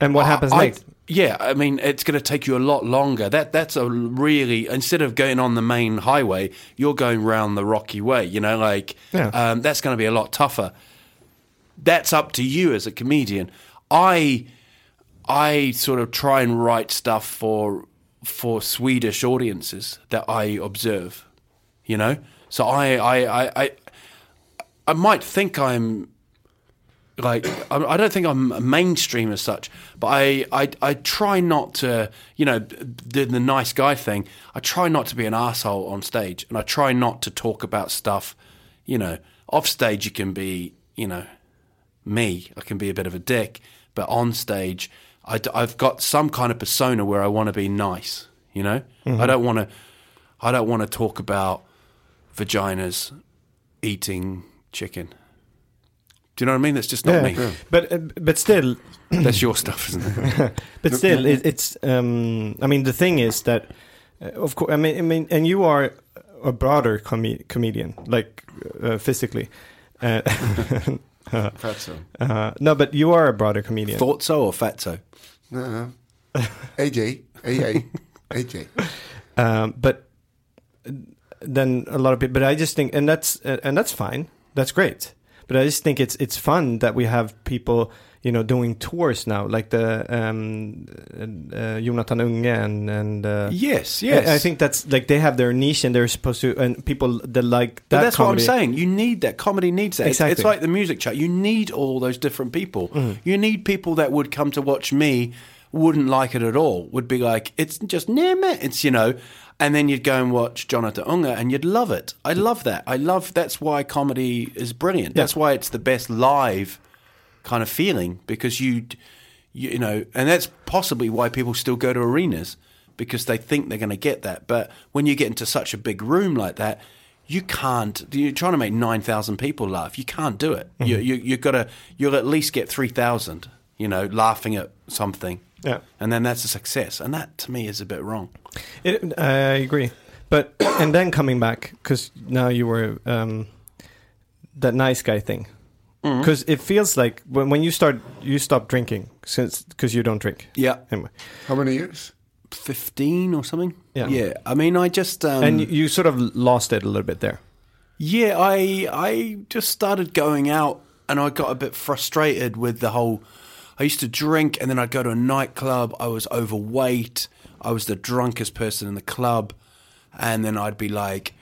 C: And what
D: I-
C: happens
D: I-
C: next?
D: Yeah, I mean, it's going to take you a lot longer. That that's a really instead of going on the main highway, you're going round the rocky way. You know, like
C: Yeah.
D: um, that's going to be a lot tougher. That's up to you as a comedian. I I sort of try and write stuff for for Swedish audiences that I observe. You know, so I I I, I, I might think I'm like I I don't think I'm mainstream as such, but I, I I try not to you know the the nice guy thing. I try not to be an asshole on stage, and I try not to talk about stuff. You know, off stage you can be you know me. I can be a bit of a dick, but on stage, I, have got some kind of persona where I want to be nice. You know, I don't want to. I don't want to talk about vaginas eating chicken. Do you know what I mean? That's just not me.
C: But uh, but still,
D: That's your stuff, isn't it?
C: but still, it, it's. Um, I mean, the thing is that, uh, of course, I mean, I mean, and you are a broader com- comedian, like uh, physically. Uh,
B: Fatso.
C: uh, no, but you are a broader comedian.
D: Thought so or fatso?
B: No, no. AJ, AA, AJ.
C: um, but then a lot of people. But I just think, and that's uh, and that's fine. That's great. But I just think it's it's fun that we have people, you know, doing tours now, like the um, uh, Jonathan Unge and and uh,
D: Yes, yes.
C: I, I think that's like they have their niche and they're supposed to, and people that like that.
D: But that's
C: comedy-
D: what I'm saying. You need that. Comedy needs that. It's- It's,
C: Exactly. Mm.
D: like the music chart. You need all those different people. You need people that would come to watch me, wouldn't like it at all, would be like, it's just near me. It's, you know, and then you'd go and watch Jonathan Unger and you'd love it. I love that. I love that's why comedy is brilliant. That's why it's the best live kind of feeling because you, you know, and that's possibly why people still go to arenas because they think they're going to get that. But when you get into such a big room like that, you can't. You're trying to make nine thousand people laugh. You can't do it.
C: Mm-hmm.
D: You, you you've got to. You'll at least get three thousand. You know, laughing at something.
C: Yeah.
D: And then that's a success. And that to me is a bit wrong.
C: It, I agree, but and then coming back because now you were um, that nice guy thing
D: Mm-hmm.
C: because it feels like when, when you start you stop drinking since because you don't drink
D: Yeah.
C: anyway,
B: How many years?
D: Fifteen or something.
C: Yeah.
D: Yeah. I mean, I just um,
C: and you, you sort of lost it a little bit there.
D: Yeah, I I just started going out and I got a bit frustrated with the whole I used to drink and then I'd go to a nightclub, I was overweight, I was the drunkest person in the club, and then I'd be like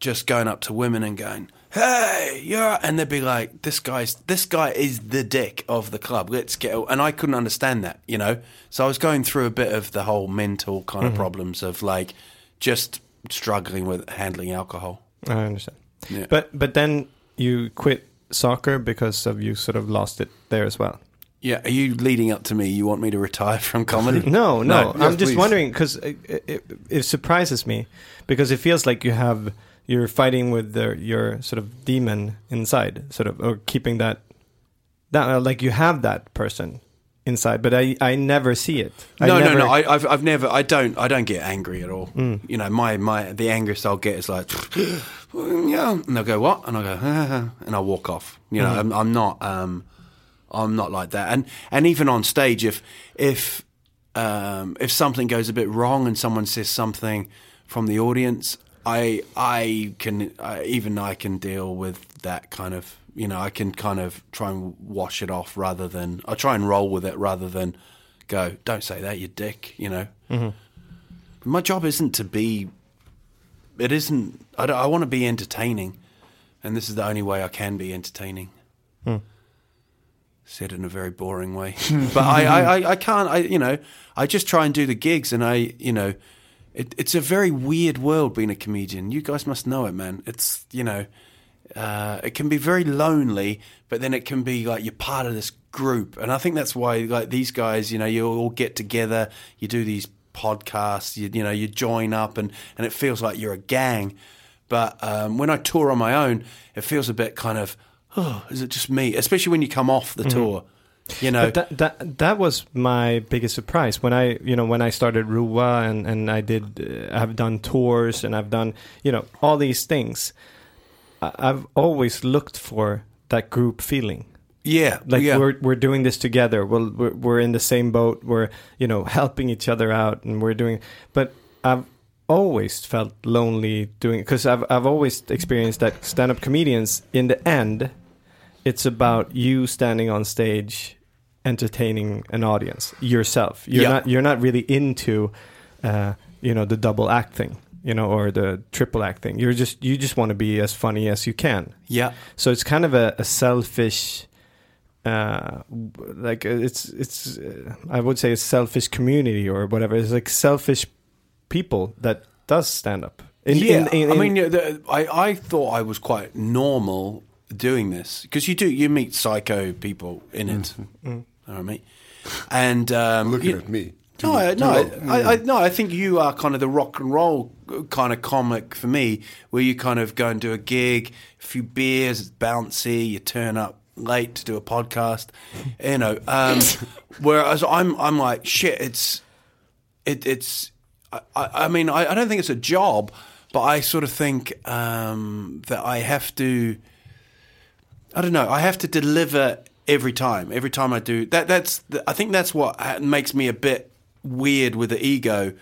D: just going up to women and going, Hey, yeah and they'd be like, This guy's this guy is the dick of the club. Let's get and I couldn't understand that, you know? So I was going through a bit of the whole mental kind of problems of like just struggling with handling alcohol.
C: I understand,
D: Yeah.
C: but but then you quit soccer because of you sort of lost it there as well.
D: Yeah, are you leading up to me? You want me to retire from comedy?
C: No, no.
B: yes,
C: I'm just
B: please.
C: wondering because it, it, it surprises me because it feels like you have you're fighting with the, your sort of demon inside, sort of, or keeping that that uh, like you have that person inside, but I I never see it. I
D: no,
C: never, Mm.
D: no, no. I, I've, I've never. I don't. I don't get angry at all. You know, my, my the angriest I'll get is like, yeah, and they'll go what, and I go, and I walk off. You know,
C: Mm.
D: I'm, I'm not. Um, I'm not like that. And and even on stage, if if um, if something goes a bit wrong and someone says something from the audience, I I can I, even I can deal with that kind of you know I can kind of try and wash it off rather than I try and roll with it rather than go don't say that you dick you know. My job isn't to be. It isn't. I, don't- I want to be entertaining, and this is the only way I can be entertaining said in a very boring way. but I, I, I, I can't. I, you know, I just try and do the gigs, and I, you know, it, it's a very weird world being a comedian. You guys must know it, man. It's you know, uh, it can be very lonely, but then it can be like you're part of this group, and I think that's why like these guys, you know, you all get together, you do these podcasts, you, you know, you join up, and and it feels like you're a gang. But um, when I tour on my own, it feels a bit kind of, oh, is it just me? Especially when you come off the tour, you know.
C: Mm-hmm. But that that that was my biggest surprise when I you know when I started Rua and and I did uh, I've done tours and I've done you know all these things. I- I've always looked for that group feeling.
D: yeah,
C: like
D: yeah.
C: we're we're doing this together. We're, we're we're in the same boat. We're you know helping each other out, and we're doing. But I've always felt lonely doing because I've I've always experienced that stand up comedians in the end, it's about you standing on stage, entertaining an audience yourself. You're
D: Yeah.
C: not you're not really into, uh, you know, the double act thing. You know, or the triple act thing. You're just you just want to be as funny as you can.
D: Yeah.
C: So it's kind of a, a selfish uh, w- like uh, it's it's uh, I would say a selfish community or whatever. It's like selfish people that does stand up. In,
D: yeah,
C: in- in-
D: I
C: in-
D: mean, yeah, the, I I thought I was quite normal doing this because you do you meet psycho people in it.
C: Mm-hmm.
D: All right, mate. And um,
B: Looking
D: you-
B: at me. Too-
D: No, I,
B: too
D: no,
B: long.
D: I, I, I, no. I think you are kind of the rock and roll kind of comic for me, where you kind of go and do a gig, a few beers, it's bouncy, you turn up late to do a podcast, you know. Um, whereas I'm, I'm like, shit, it's, it, it's. I, I I mean, I, I don't think it's a job, but I sort of think um, that I have to. I don't know. I have to deliver every time. Every time I do that, that's the, I think that's what ha- makes me a bit weird with the ego.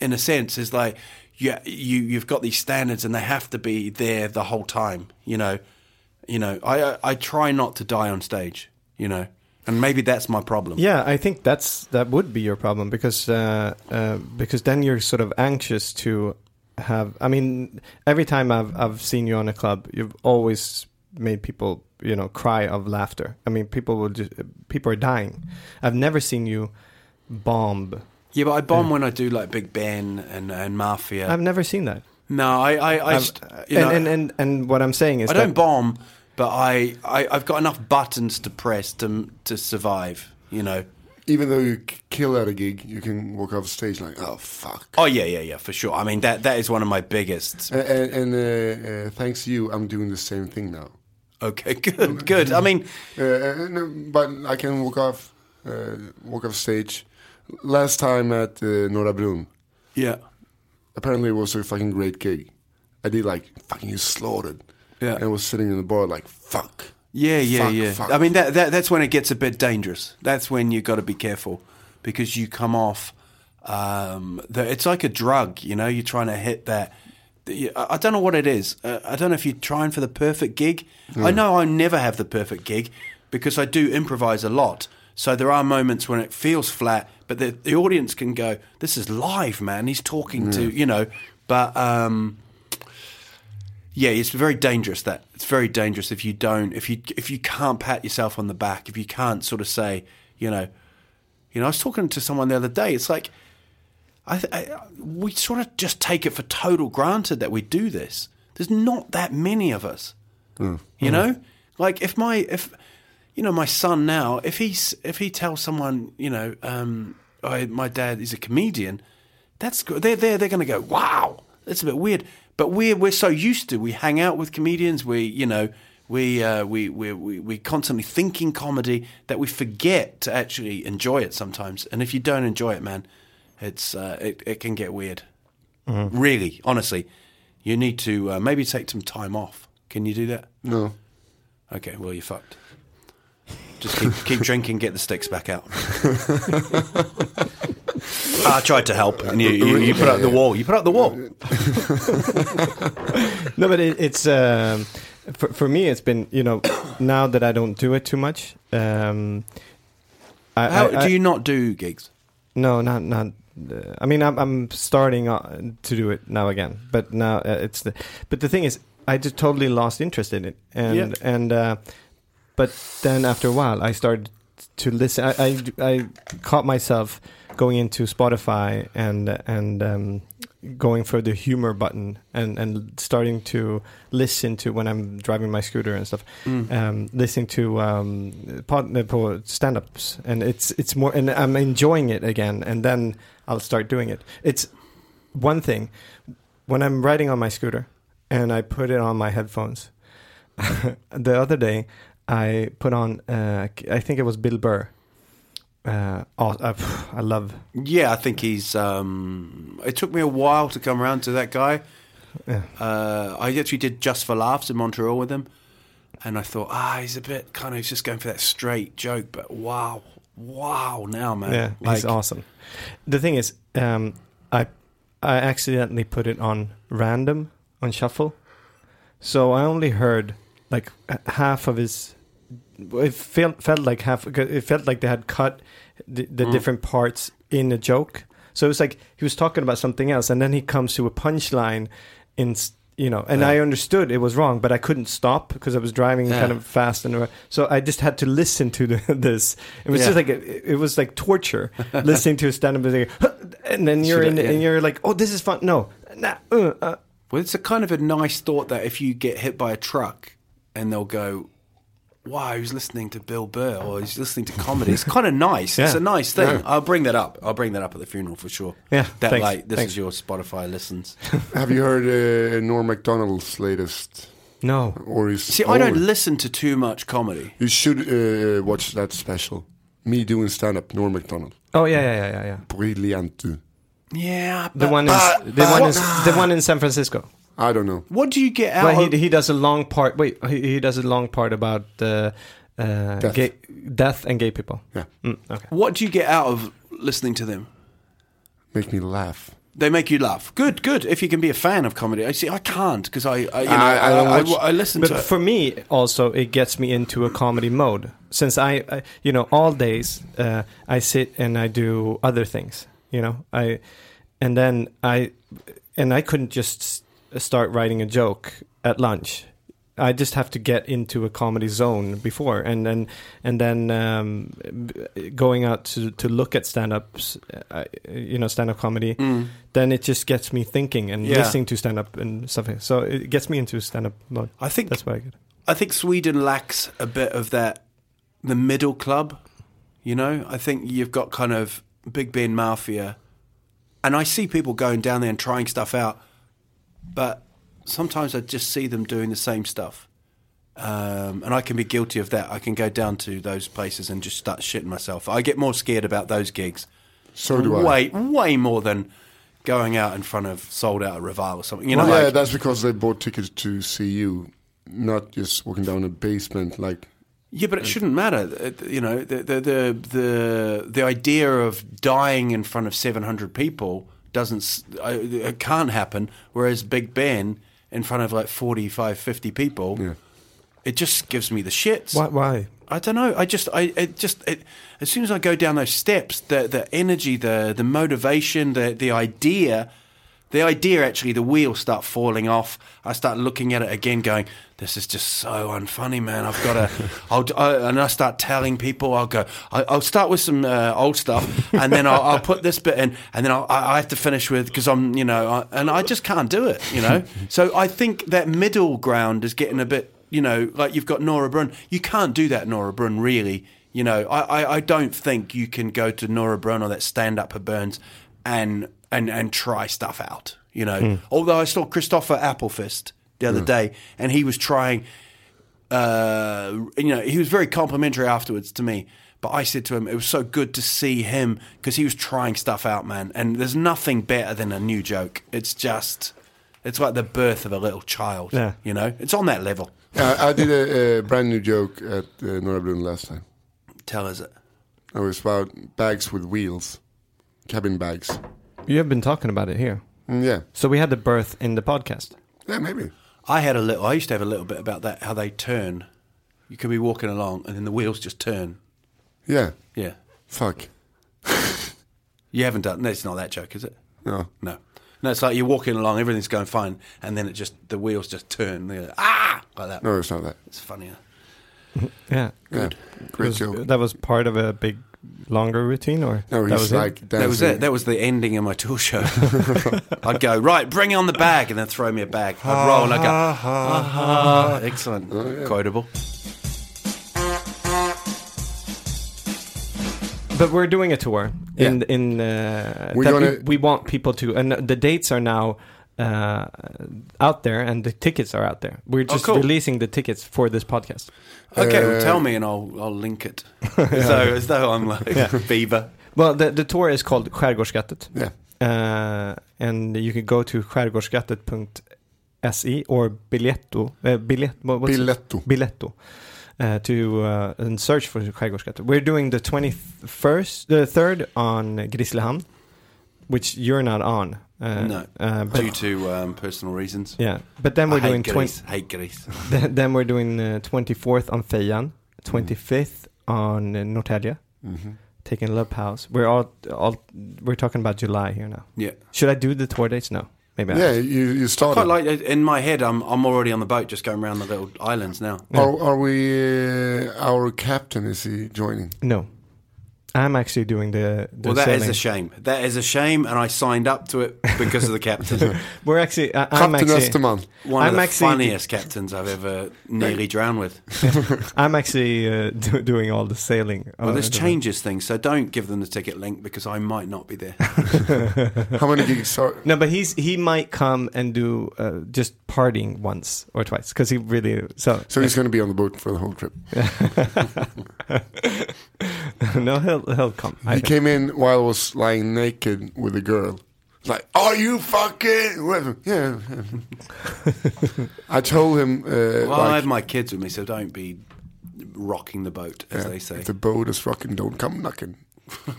D: In a sense, is like yeah, you you've got these standards and they have to be there the whole time. You know, you know. I I, I try not to die on stage. You know, and maybe that's my problem.
C: Yeah, I think that's that would be your problem because uh, uh, because then you're sort of anxious to have. I mean, every time I've I've seen you on a club, you've always made people you know cry of laughter. I mean, people will just people are dying. I've never seen you bomb.
D: Yeah, but I
C: Mm.
D: bomb when I do like Big Ben and and Mafia.
C: I've never seen that.
D: no, I I, I
C: I've-
D: st- you know,
C: and, and and and what I'm saying is
D: I
C: that,
D: don't bomb, but I, I I've got enough buttons to press to to survive. You know.
B: Even though you k- kill at a gig, you can walk off stage like, oh fuck.
D: Oh yeah, yeah, yeah, for sure. I mean that that is one of my biggest.
B: And, and, and uh, uh, thanks to you, I'm doing the same thing now.
D: Okay, good, good. I mean,
B: Uh, uh, no, but I can walk off, uh, walk off stage. Last time at uh, Nora Brun,
D: yeah,
B: apparently it was a fucking great gig. I did like fucking slaughtered.
D: Yeah.
B: And I was sitting in the bar like fuck.
D: yeah, yeah,
B: Fuck,
D: yeah.
B: fuck.
D: I mean that, that that's when it gets a bit dangerous. That's when you got to be careful because you come off. Um, the, it's like a drug, you know. You're trying to hit that. the- I I don't know what it is. Uh, I don't know if you're trying for the perfect gig. I know I never have the perfect gig because I do improvise a lot. So there are moments when it feels flat, but the, the audience can go, "This is live, man. He's talking to you know." But um, Yeah, it's very dangerous. That it's very dangerous if you don't, if you if you can't pat yourself on the back, if you can't sort of say, you know, you know, I was talking to someone the other day. It's like, I, th- I we sort of just take it for total granted that we do this. There's not that many of us, you know. Like if my if you know my son now, if he's if he tells someone, you know, um, I, my dad is a comedian, that's good. They're there. They're going to go, wow, that's a bit weird. But we're we're so used to we hang out with comedians. We you know we uh, we we we we constantly thinking comedy that we forget to actually enjoy it sometimes. And if you don't enjoy it, man, it's uh, it it can get weird. Mm-hmm. Really, honestly, you need to uh, maybe take some time off. Can you do that?
B: No.
D: Okay, well you're fucked. Just keep, keep drinking, get the sticks back out. I tried to help, and you, you, you put up the wall. You put up the wall.
C: No, but it, it's um, for for me. It's been you know now that I don't do it too much. Um, I,
D: How
C: Uh, I- I-
D: do you not do gigs?
C: No, not not. Uh, I mean, I'm I'm starting uh, to do it now again, but now uh, it's the. But the thing is, I just totally lost interest in it, and
D: Yeah.
C: and uh, but then after a while, I started to listen. I I, I caught myself going into Spotify and and um, going for the humor button and and starting to listen to when I'm driving my scooter and stuff, um, listening to um, pod, uh, stand ups, and it's it's more, and I'm enjoying it again, and then I'll start doing it. It's one thing when I'm riding on my scooter and I put it on my headphones. the other day, I put on, uh, I think it was Bill Burr. Uh, oh, I, I love
D: Yeah, I think he's. Um, it took me a while to come around to that guy. Uh, I actually did just for laughs in Montreal with him, and I thought, ah, he's a bit kind of he's just going for that straight joke, but wow, wow, now man,
C: Yeah, he's awesome. The thing is, um, I I accidentally put it on random on shuffle, so I only heard like h- half of his. It felt felt like half. It felt like they had cut the,
D: Mm.
C: the different parts in a joke. So it was like he was talking about something else, and then he comes to a punchline in s- you know, and I understood it was wrong, but I couldn't stop because I was driving
D: Yeah.
C: kind of fast, and uh, so I just had to listen to the, this. It was
D: Yeah.
C: just like a, it was like torture listening to a stand-up music, and then you're
D: Should I-
C: in,
D: yeah.
C: and you're like, oh, this is fun. No, nah, uh, uh.
D: Well, it's a kind of a nice thought that if you get hit by a truck and they'll go, wow, he's listening to Bill Burr or he's listening to comedy. It's kind of nice. It's
C: Yeah.
D: a nice thing. I'll bring that up. I'll bring that up at the funeral for sure.
C: Yeah,
D: That
C: thanks,
D: like, this
C: thanks.
D: is your Spotify listens.
B: Have you heard uh, Norm Macdonald's latest?
C: no,
B: Or his
D: See, I don't
B: old?
D: listen to too much comedy.
B: You should uh, watch that special. Me doing stand up, Norm Macdonald.
C: oh yeah, yeah, yeah, yeah, yeah.
B: Brilliant.
D: Yeah.
C: The
D: but-
C: one, in,
D: but-
C: the one, in, the one in San Francisco.
B: I don't know.
D: What do you get out
C: Well,
D: of
C: he, he does a long part. Wait, he, he does a long part about uh, uh,
B: Death.
C: Gay, death and gay people.
B: Yeah.
C: Mm, okay.
D: What do you get out of listening to them?
B: Make me laugh.
D: They make you laugh. Good, good. If you can be a fan of comedy, I see. I can't because I, I, you know,
B: I- I
D: I,
B: don't
D: I,
B: watch-
D: I listen
C: But
D: to. it.
C: for me, also, it gets me into a comedy mode since I, I you know, all days uh, I sit and I do other things. You know, I, and then I, and I couldn't just s- start writing a joke at lunch. I just have to get into a comedy zone before, and then and then um, b- going out to to look at stand ups, uh, you know, stand up comedy. Then it just gets me thinking and
D: Mm. Yeah.
C: listening to stand up and stuff. So it gets me into stand up mode.
D: I think
C: That's what I get.
D: I think Sweden lacks a bit of that, the middle club. You know, I think you've got kind of Big Ben Mafia, and I see people going down there and trying stuff out, but sometimes I just see them doing the same stuff, um, and I can be guilty of that. I can go down to those places and just start shitting myself. I get more scared about those gigs.
B: So do I.
D: way, way more than going out in front of sold out a revival or something. You know,
B: yeah,
D: like,
B: that's because they bought tickets to see you, not just walking down a basement like.
D: yeah, but it shouldn't matter. It- You know, the the the the, the idea of dying in front of seven hundred people doesn't s- I- it can't happen. Whereas Big Ben in front of like 45, 50 people, it just gives me the shits.
C: Why? Why?
D: I don't know. I just, I it just, it, as soon as I go down those steps, the the energy, the the motivation, the the idea, the idea actually, the wheels start falling off. I start looking at it again, going, "This is just so unfunny, man." I've got to, I'll, d- I, and I start telling people, I'll go, I, I'll start with some uh, old stuff, and then I'll, I'll put this bit in, and then I'll, I, I have to finish with because I'm, you know, I, and I just can't do it, you know. so I think that middle ground is getting a bit you know, like you've got Nora Brun. You can't do that, Nora Brun, really. You know, I, I, I don't think you can go to Nora Brun or that stand up at Burns and, and, and try stuff out, you know. Although I saw Christopher Applefist the other day and he was trying, uh, you know, he was very complimentary afterwards to me. But I said to him, it was so good to see him because he was trying stuff out, man. And there's nothing better than a new joke. It's just, it's like the birth of a little child,
C: Yeah.
D: you know? It's on that level.
B: I, I did a, a brand new joke at uh, Nora Brun last time.
D: Tell us it.
B: It was about bags with wheels, cabin bags.
C: You have been talking about it here.
B: Mm, yeah.
C: So we had the birth in the podcast.
B: Yeah, maybe.
D: I had a little. I used to have a little bit about that. How they turn. You could be walking along, and then the wheels just turn.
B: Yeah.
D: Yeah.
B: Fuck.
D: You haven't done. No, it's not that joke, is it?
B: No.
D: No. No, it's like you're walking along, everything's going fine, and then it just the wheels just turn. They're like, ah, like that.
B: No, it's not that.
D: It's funnier.
C: Yeah.
B: Yeah. Great joke.
C: that was part of a big longer routine, or
B: No,
C: that
B: he's
C: was it?
B: like dancing.
D: That was it. That was the ending of my tour show. I'd go right, bring on the bag, and then throw me a bag. I'd roll, and I'd go, ah, excellent, quotable.
C: But we're doing a tour in
B: Yeah.
C: in uh,
B: We're
C: that
B: gonna-
C: we, we want people to, and the dates are now uh, out there, and the tickets are out there.
B: Oh,
C: We're just
D: cool.
C: releasing the tickets for this podcast.
D: Okay,
B: Uh,
D: well, tell me, and I'll I'll link it. as though as though I'm like Bieber.
C: Well, the the tour is called Skärgårdsskattet,
B: Yeah.
C: uh, and you can go to skärgårdsskattet.se E or biletto uh, bilet, what- what's it?
B: Biletto.
C: Biletto. Uh, to uh, and search for Skärgårdsskatter. We're doing the 21st, the 3rd on Grisslehamn, which you're not on. Uh,
D: No,
C: uh, but,
D: due to um, personal reasons.
C: yeah, but then we're
D: I
C: doing
D: hate
C: twen-
D: Greece. Hate Greece.
C: then, then we're doing uh, 24th on Fejan,
D: Mm-hmm.
C: 25th on uh, Norrtälje, taking Love House. We're all all we're talking about July here now.
D: yeah.
C: Should I do the tour dates? No. Maybe I
B: Yeah,
C: am.
B: you you started.
D: Quite like in my head, I'm I'm already on the boat, just going around the little islands now.
B: Are, are we? Uh, our captain is he joining?
C: No, I'm actually doing the. the
D: Well, that is
C: sailing.
D: a shame. That is a shame, and I signed up to it because of the captain.
C: We're actually. I, I'm
B: Captain
C: actually.
B: Österman.
D: One
C: I'm
D: of the
C: actually-
D: funniest captains I've ever nearly drowned with.
C: I'm actually uh, do, doing all the sailing. Uh,
D: Well, this changes things, so don't give them the ticket link because I might not be there.
B: How many gigs? Are,
C: No, but he's he might come and do uh, just partying once or twice because he really so.
B: so he's going to be on the boat for the whole trip.
C: no, he'll he'll come. I
B: He
C: think.
B: came in while I was lying naked with a girl. It's Like, are you fucking? with-" Yeah. yeah. I told him. Uh,
D: Well, I
B: like,
D: have my kids with me, so don't be rocking the boat, as they say.
B: If the boat is rocking, don't come knocking.
C: We'll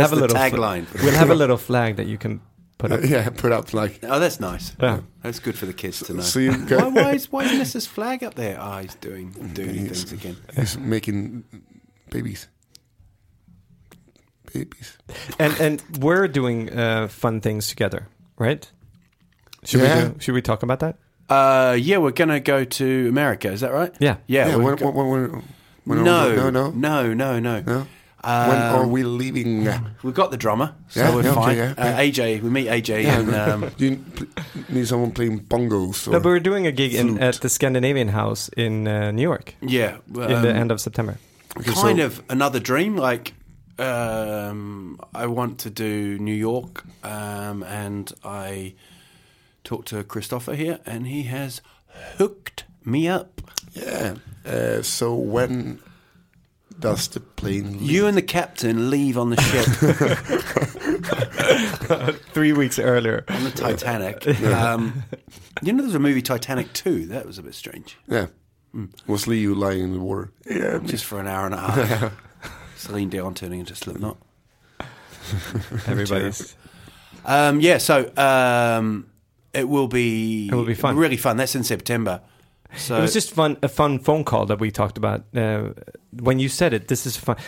C: have a
D: the
C: little fl-
D: tagline.
C: we'll have a little flag that you can put up.
B: Uh, yeah, put up like.
D: Oh, that's nice.
C: Yeah.
D: That's good for the kids to know.
B: So you
D: why,
B: go,
D: why is why is Mrs. Flag up there? Ah, he's doing dirty things again.
B: he's making babies. Babies.
C: And and we're doing uh, fun things together, right? Should
B: Yeah.
C: we do, should we talk about that?
D: Uh, yeah, we're gonna go to America. Is that right?
C: Yeah.
D: yeah.
B: Yeah.
D: we're
B: when,
D: go-
B: when, when, when
D: no,
B: no, no,
D: no, no, no.
B: no.
D: Um,
B: when are we leaving?
D: We've got the drummer, so
B: Yeah,
D: we're
B: yeah, okay,
D: fine.
B: yeah.
D: Uh, AJ, we meet AJ, and um,
B: Do you pl- need someone playing bongos? Or?
C: No, but we're doing a gig in,
D: Flute.
C: at the Scandinavian House in uh, New York
D: yeah, um,
C: in the end of September.
D: kind
B: so-
D: of another dream. Like, um, I want to do New York, um, and I talked to Christopher here, and he has hooked me up.
B: Yeah. Uh, so when does the plane leave?
D: You and the captain leave on the ship,
C: Three weeks earlier.
D: on the Titanic. Um, you know, there's a movie Titanic 2. That was a bit strange.
B: yeah. Was Leo lying in the water? Yeah.
D: Just for an hour and a half. Celine Dion turning into Slipknot.
C: Everybody's.
D: Um, yeah, so um, it will be
C: It will be fun.
D: really fun. That's in September. So
C: It was just fun, a fun phone call that we talked about. Uh, when you said it, this is fun.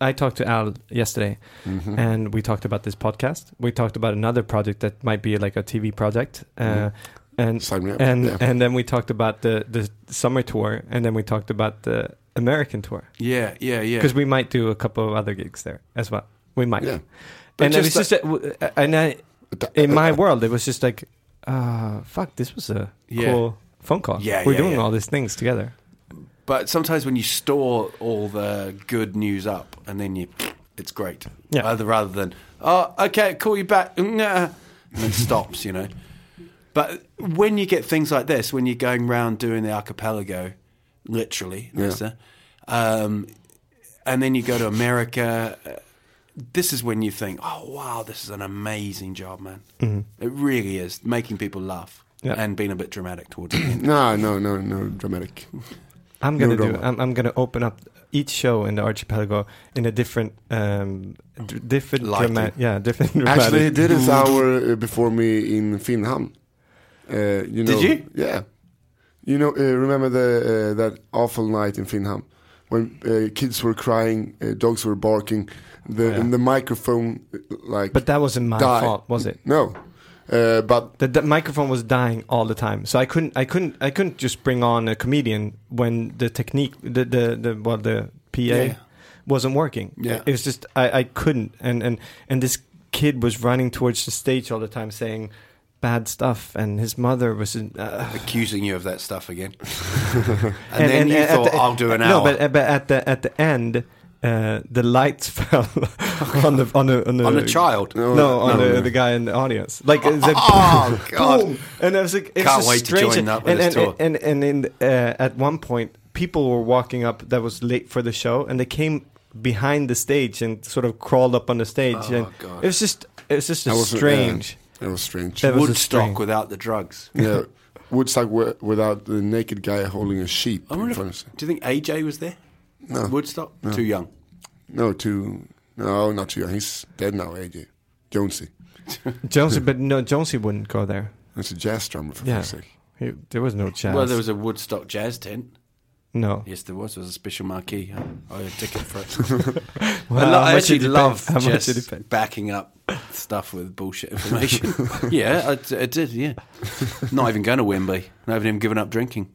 C: I talked to Al yesterday, and we talked about this podcast. We talked about another project that might be like a TV project, uh, and
B: Sign me up.
C: and
B: Yeah.
C: and then we talked about the the summer tour, and then we talked about the American tour
D: yeah, yeah, yeah.
C: because we might do a couple of other gigs there as well. We might.
B: Yeah.
C: And it was
D: just
C: just, a- w- and I, in my world, it was just like, uh, fuck, this was a
D: Yeah.
C: cool phone call.
D: Yeah,
C: we're
D: yeah,
C: doing
D: yeah.
C: all these things together.
D: But sometimes when you store all the good news up and then you, it's great.
C: Yeah.
D: Rather, rather than, oh, okay, call you back. Nah. And it stops, you know. But when you get things like this, when you're going round doing the archipelago, literally, Lisa, um, and then you go to America, uh, this is when you think, oh, wow, this is an amazing job, man. It really is. Making people laugh
C: Mm-hmm. Yeah.
D: and being a bit dramatic towards the end.
B: No, no, no, no, dramatic.
C: I'm gonna do.
B: drama.
C: I'm, I'm gonna open up each show in the archipelago in a different, um, d- different
D: Lighting.
C: drama- Yeah, different.
B: Actually, he
C: dramatic-
B: did his hour uh, before me in Finland. Uh, you know,
D: you?
B: Yeah. You know, uh, remember the uh, that awful night in Finland when uh, kids were crying, uh, dogs were barking, the and the microphone uh, like
C: But that wasn't my
B: died.
C: fault, was it?
B: No, uh, but
C: The, the microphone was dying all the time, so I couldn't. I couldn't. I couldn't just bring on a comedian when the technique, the the, the well, the PA
D: Yeah.
C: wasn't working.
D: Yeah.
C: it was just I, I couldn't. And and and this kid was running towards the stage all the time, saying bad stuff, and his mother was. in- Uh,
D: accusing you of that stuff again. and, then you
C: at
D: thought,
C: the-
D: I'll do an
C: No,
D: hour.
C: but, but at the at the end, uh, the lights fell on the on the on the,
D: On the child?
C: No, on the, the guy in the audience. Like it's like,
D: Oh, God.
C: boom! And I was like, it's
D: Can't
C: just
D: wait to
C: strange.
D: join that with
C: and,
D: this
C: and,
D: tour.
C: and and in uh, at one point, people were walking up that was late for the show, and they came behind the stage and sort of crawled up on the stage,
D: Oh,
C: and it was just it was just a
B: that was
C: strange.
B: Yeah, that was strange.
C: That was a strange-
D: uh, Woodstock without the drugs.
B: yeah, Woodstock wi- without the naked guy holding a sheep
D: I
B: in
D: wonder
B: front
D: if,
B: of us.
D: do you think AJ was there? No. Woodstock? Too young.
B: No, too. No, not too young. He's dead now, AJ. Jonesy.
C: Jonesy, but no, Jonesy wouldn't go there.
B: That's a jazz drummer for
C: Yeah,
B: fuck's sake.
C: He- there was no chance.
D: Well, there was a Woodstock jazz tent.
C: No.
D: Yes, there was. There was a special marquee. I had a ticket for it. I,
C: Well,
D: lo-
C: how
D: I
C: much
D: actually
C: did you pay?
D: love
C: How much did you
D: just
C: pay?
D: backing up stuff with bullshit information. yeah, I, d- I did. Yeah, not even going to Wembley. Not even even given up drinking.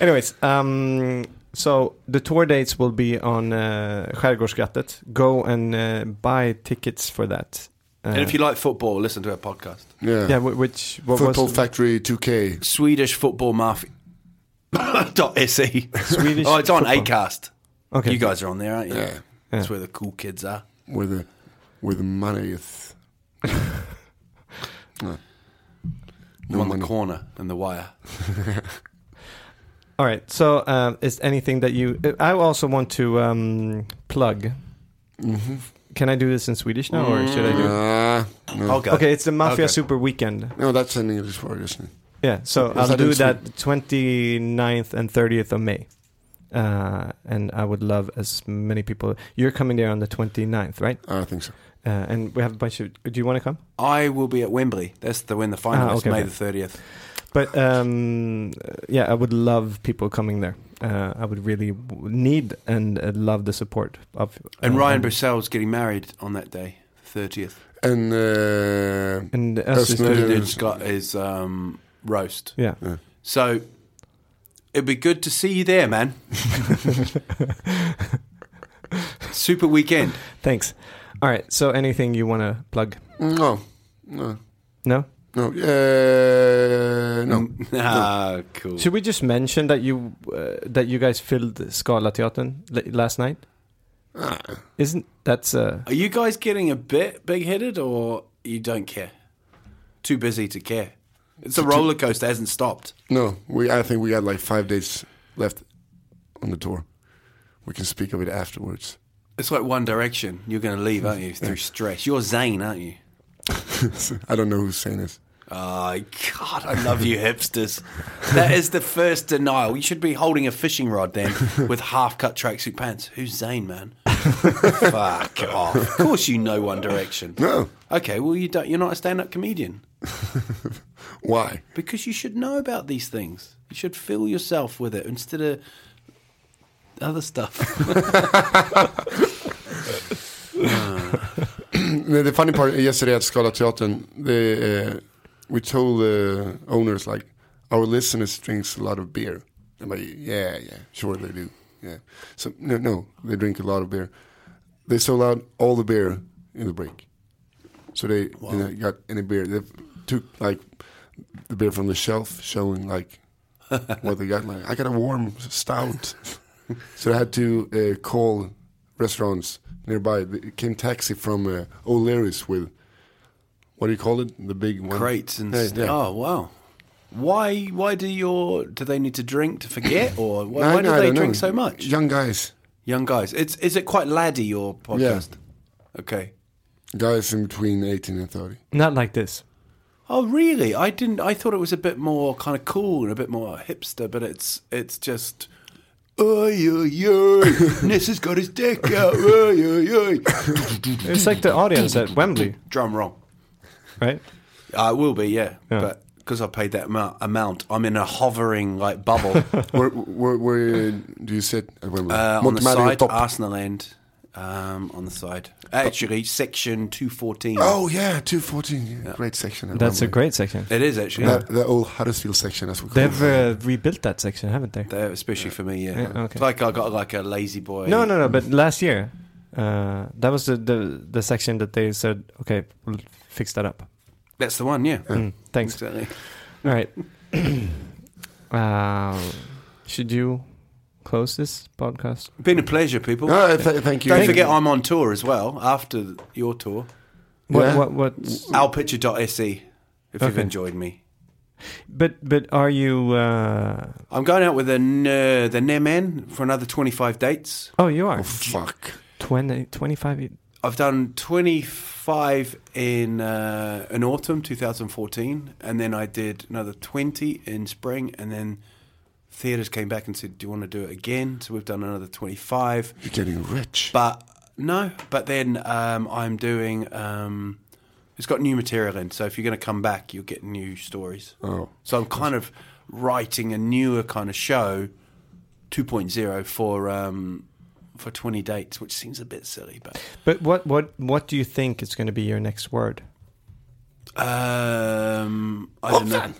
C: Anyways, um, so the tour dates will be on uh, Skärgårdsskrattet. Go and uh, buy tickets for that. Uh,
D: and if you like football, listen to our podcast.
B: Yeah.
C: yeah, wh- which what
B: Football
C: was
B: Factory 2K.
D: Swedish football mafia. dot se.
C: Swedish
D: Oh, it's on
C: football.
D: Acast.
C: Okay.
D: You guys are on there, aren't you?
B: Yeah.
D: That's where the cool kids are.
B: Where the where the money is. no.
D: I'm on
B: money.
D: the corner and the wire.
C: All right. So uh, is anything that you? I also want to um, plug. Mm-hmm. Can I do this in Swedish now, or should I do?
B: Ah, no.
D: I'll go.
C: Okay, it's the Mafia
D: Mm, Okay.
C: Super Weekend.
B: no, that's an English word, isn't it?
C: Yeah, so
B: Is
C: I'll
B: that
C: do
B: in
C: that 29th and 30th of May. Uh, and I would love as many people. You're coming there on the 29th, right?
B: Ah, I think so.
C: Uh, and we have a bunch of. Do you want to come?
D: I will be at Wembley. That's the when the final
C: Ah,
D: is
C: okay,
D: May
C: okay.
D: the thirtieth.
C: But um, uh, yeah, I would love people coming there. Uh, I would really w- need and uh, love the support of.
D: And
C: uh,
D: Ryan Brussel's getting married on that day, thirtieth.
B: And uh,
C: And us
B: That's
C: is
B: not
C: the-
B: it. Yeah.
D: He's got his um, roast.
C: Yeah.
D: So it'd be good to see you there, man. Super weekend.
C: Thanks. All right. So anything you want to plug?
B: no, no,
C: No?
B: no, uh, no.
C: Mm.
D: Ah, cool.
C: Should we just mention that you uh, that you guys filled Skala Teatern l- last night? Isn't that's uh,
D: Are you guys getting a bit big headed or you don't care? Too busy to care. It's a roller coaster, hasn't stopped.
B: No, we. I think we got like five days left on the tour. We can speak of it afterwards.
D: It's like One Direction. You're going to leave, aren't you? Through stress. You're Zane, aren't you?
B: I don't know who's saying this.
D: Oh, God, I love you hipsters. That is the first denial. You should be holding a fishing rod then with half cut tracksuit pants. Who's Zane, man? Fuck off. Of course you know One Direction.
B: No,
D: Okay, well, you don't, you're not a stand up comedian
B: why?
D: because you should know about these things. You should fill yourself with it instead of other stuff.
B: The, the funny part yesterday at Skala Teatern, the, uh, we told the owners like our listeners drinks a lot of beer. They're like, yeah, yeah, sure they do. Yeah. So no, no, they drink a lot of beer. They sold out all the beer in the break, so they didn't got any beer. They took like the beer from the shelf, showing like what they got. Like I got a warm stout, so I had to uh, call restaurants nearby. It came taxi from uh, O'Leary's with what do you call it? The big one.
D: Crates and
B: Yeah,
D: stuff.
B: yeah.
D: Oh, wow. Why? Why do your? Do they need to drink to forget, or why,
B: No,
D: why do
B: no, I
D: they
B: don't
D: drink
B: know.
D: so much?
B: Young guys,
D: Young guys. It's is it quite laddie your podcast? Okay.
B: guys in between eighteen and thirty.
C: not like this?
D: Oh really? I didn't I thought it was a bit more kind of cool and a bit more hipster, but it's it's just Oy, oy, oy. Ness has got his dick out. Oy, oy, oy.
C: It's like the audience at Wembley,
D: Drum roll.
C: right?
D: Uh, it will be, yeah.
C: Yeah.
D: But because I paid that amou- amount, I'm in a hovering like bubble uh,
B: where, where, where do you sit at Wembley?
D: on the
B: Montemario
D: side,
B: Top.
D: Arsenal end, um, on the side. Actually, section two fourteen.
B: Oh yeah, two fourteen. Yeah, Great section. At
C: That's a
B: Wembley.
C: great section.
D: it is actually.
B: That, that old Huddersfield section, as we call
C: They've
B: it.
C: uh, rebuilt that section, haven't they?
D: There, especially for me, yeah.
C: Yeah, okay.
D: It's like I got like a lazy boy.
C: No, no, no. But last year, uh, that was the, the the section that they said, okay, we'll fix that up.
D: That's the one, yeah.
C: Mm, thanks.
D: Exactly.
C: All right. uh, should you close this podcast?
D: Been a pleasure, people.
B: No, uh, th- thank you.
D: Don't forget, I'm on tour as well after your tour.
C: What,
B: Yeah.
C: what, what,
D: Alpicture.se E, if you've
C: Mm. Okay.
D: enjoyed me.
C: but, but are you, uh,
D: I'm going out with the uh, the Nemen for another 25 dates.
C: oh, you are.
B: Oh, fuck.
C: 20, 25 e-
D: I've done 25 in uh, in autumn 2014, and then I did another 20 in spring, and then theatres came back and said, "Do you want to do it again?" So we've done another 25.
B: You're getting rich.
D: But no, but then um, I'm doing. Um, it's got new material in, so if you're going to come back, you'll get new stories.
B: Oh.
D: So I'm kind of writing a newer kind of show 2.0 for um, for 20 dates, which seems a bit silly, but
C: But what what what do you think is going to be your next word?
D: um, I don't know.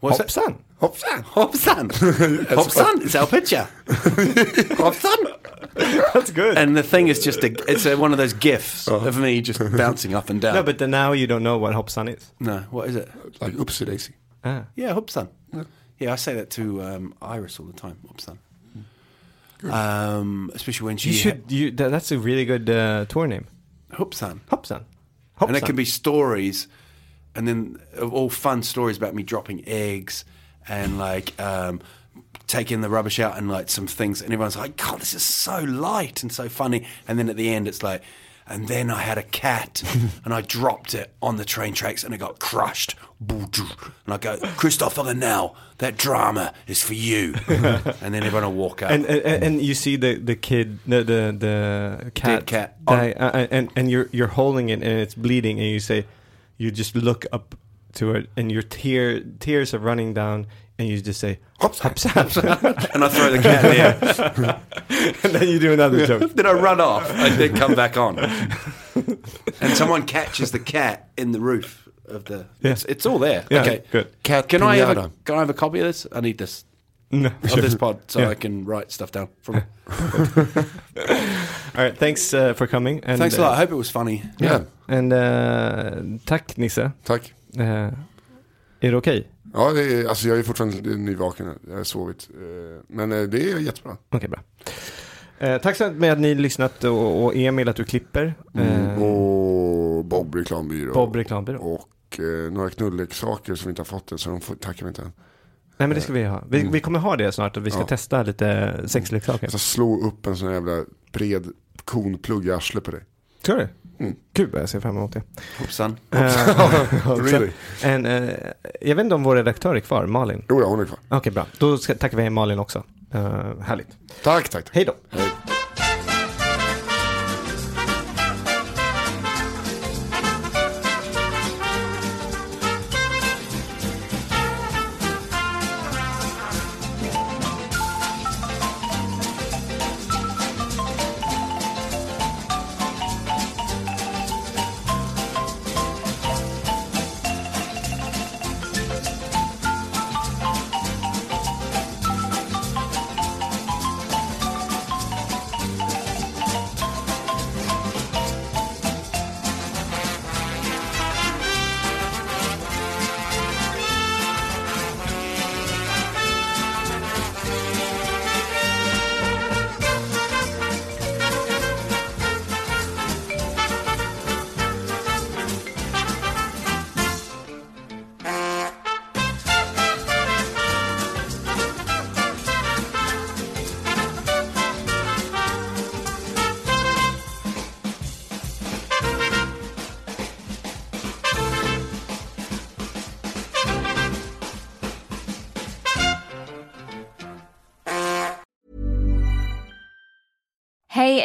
D: What's that?
C: Hopsan.
B: Hoppsan.
D: Hobson. Hobson. It's our picture. Hobson.
C: That's good.
D: And the thing is just a, it's a, one of those gifs of me just bouncing up and down.
C: Uh-huh. uh, no, but then now you don't know what Hopsan is.
D: no, what is it?
B: Like oopsie daisy.
C: Ah.
D: Yeah, Hobson. Yeah, I say that to um, Iris all the time. Hobson. Um, especially when she
C: You should. You that, that's a really good uh, tour name.
D: Hobson.
C: Hopsan.
D: And it can be stories, and then of all fun stories about me dropping eggs and like um, taking the rubbish out and like some things. And everyone's like, God, this is so light and so funny. And then at the end, it's like, and then I had a cat and I dropped it on the train tracks and it got crushed. And I go, Christopher now that drama is for you. and then everyone will walk out.
C: And, and and you see the the kid the the, the cat
D: Dead cat.
C: die, uh, and and you're you're holding it and it's bleeding and you say you just look up to it and your tear tears are running down and you just say Hopsan.
D: and I throw the cat there.
C: and then you do another joke.
D: then I run off and then come back on. and someone catches the cat in the roof of the. It's, it's all there.
C: Yeah,
D: okay,
C: good.
D: Cat can I have a,
B: pinata.
D: can I have a copy of this? I need this
C: No.
D: of this pod so
C: Yeah.
D: I can write stuff down. From it.
C: All right, thanks uh, for coming. And,
D: Thanks a
C: uh,
D: lot. I hope it was funny.
B: Yeah.
C: And uh, tack Nisse.
B: Tack.
C: Eh, är det okej?
B: Ja, det är, alltså jag är fortfarande nyvaken. Jag har sovit. Eh, Men eh, det är jättebra.
C: Okej, bra. Eh, tack så mycket med att ni lyssnat och, och Emil att du klipper.
D: Mm.
C: Eh,
B: Och Bob reklambyrå.
C: Bob reklambyrå.
B: Och eh, några knulleksaker som vi inte har fått än. Så de får, tackar vi inte än.
C: Nej men det ska vi ha. Vi, vi kommer ha det snart och vi ska
B: Ja.
C: testa lite sexleksaker.
B: Jag ska slå upp en sån här jävla bred konplugg i arslet på dig.
C: Tror du? Gud vad jag ser fram emot det.
D: Hoppsan.
B: Really?
C: En, eh, jag vet inte om vår redaktör är kvar, Malin.
B: Jo, ja, hon är kvar.
C: Okej bra, då ska, tackar vi Malin också. Eh, härligt.
B: Tack, tack. tack.
C: Hej då.
I: Hey,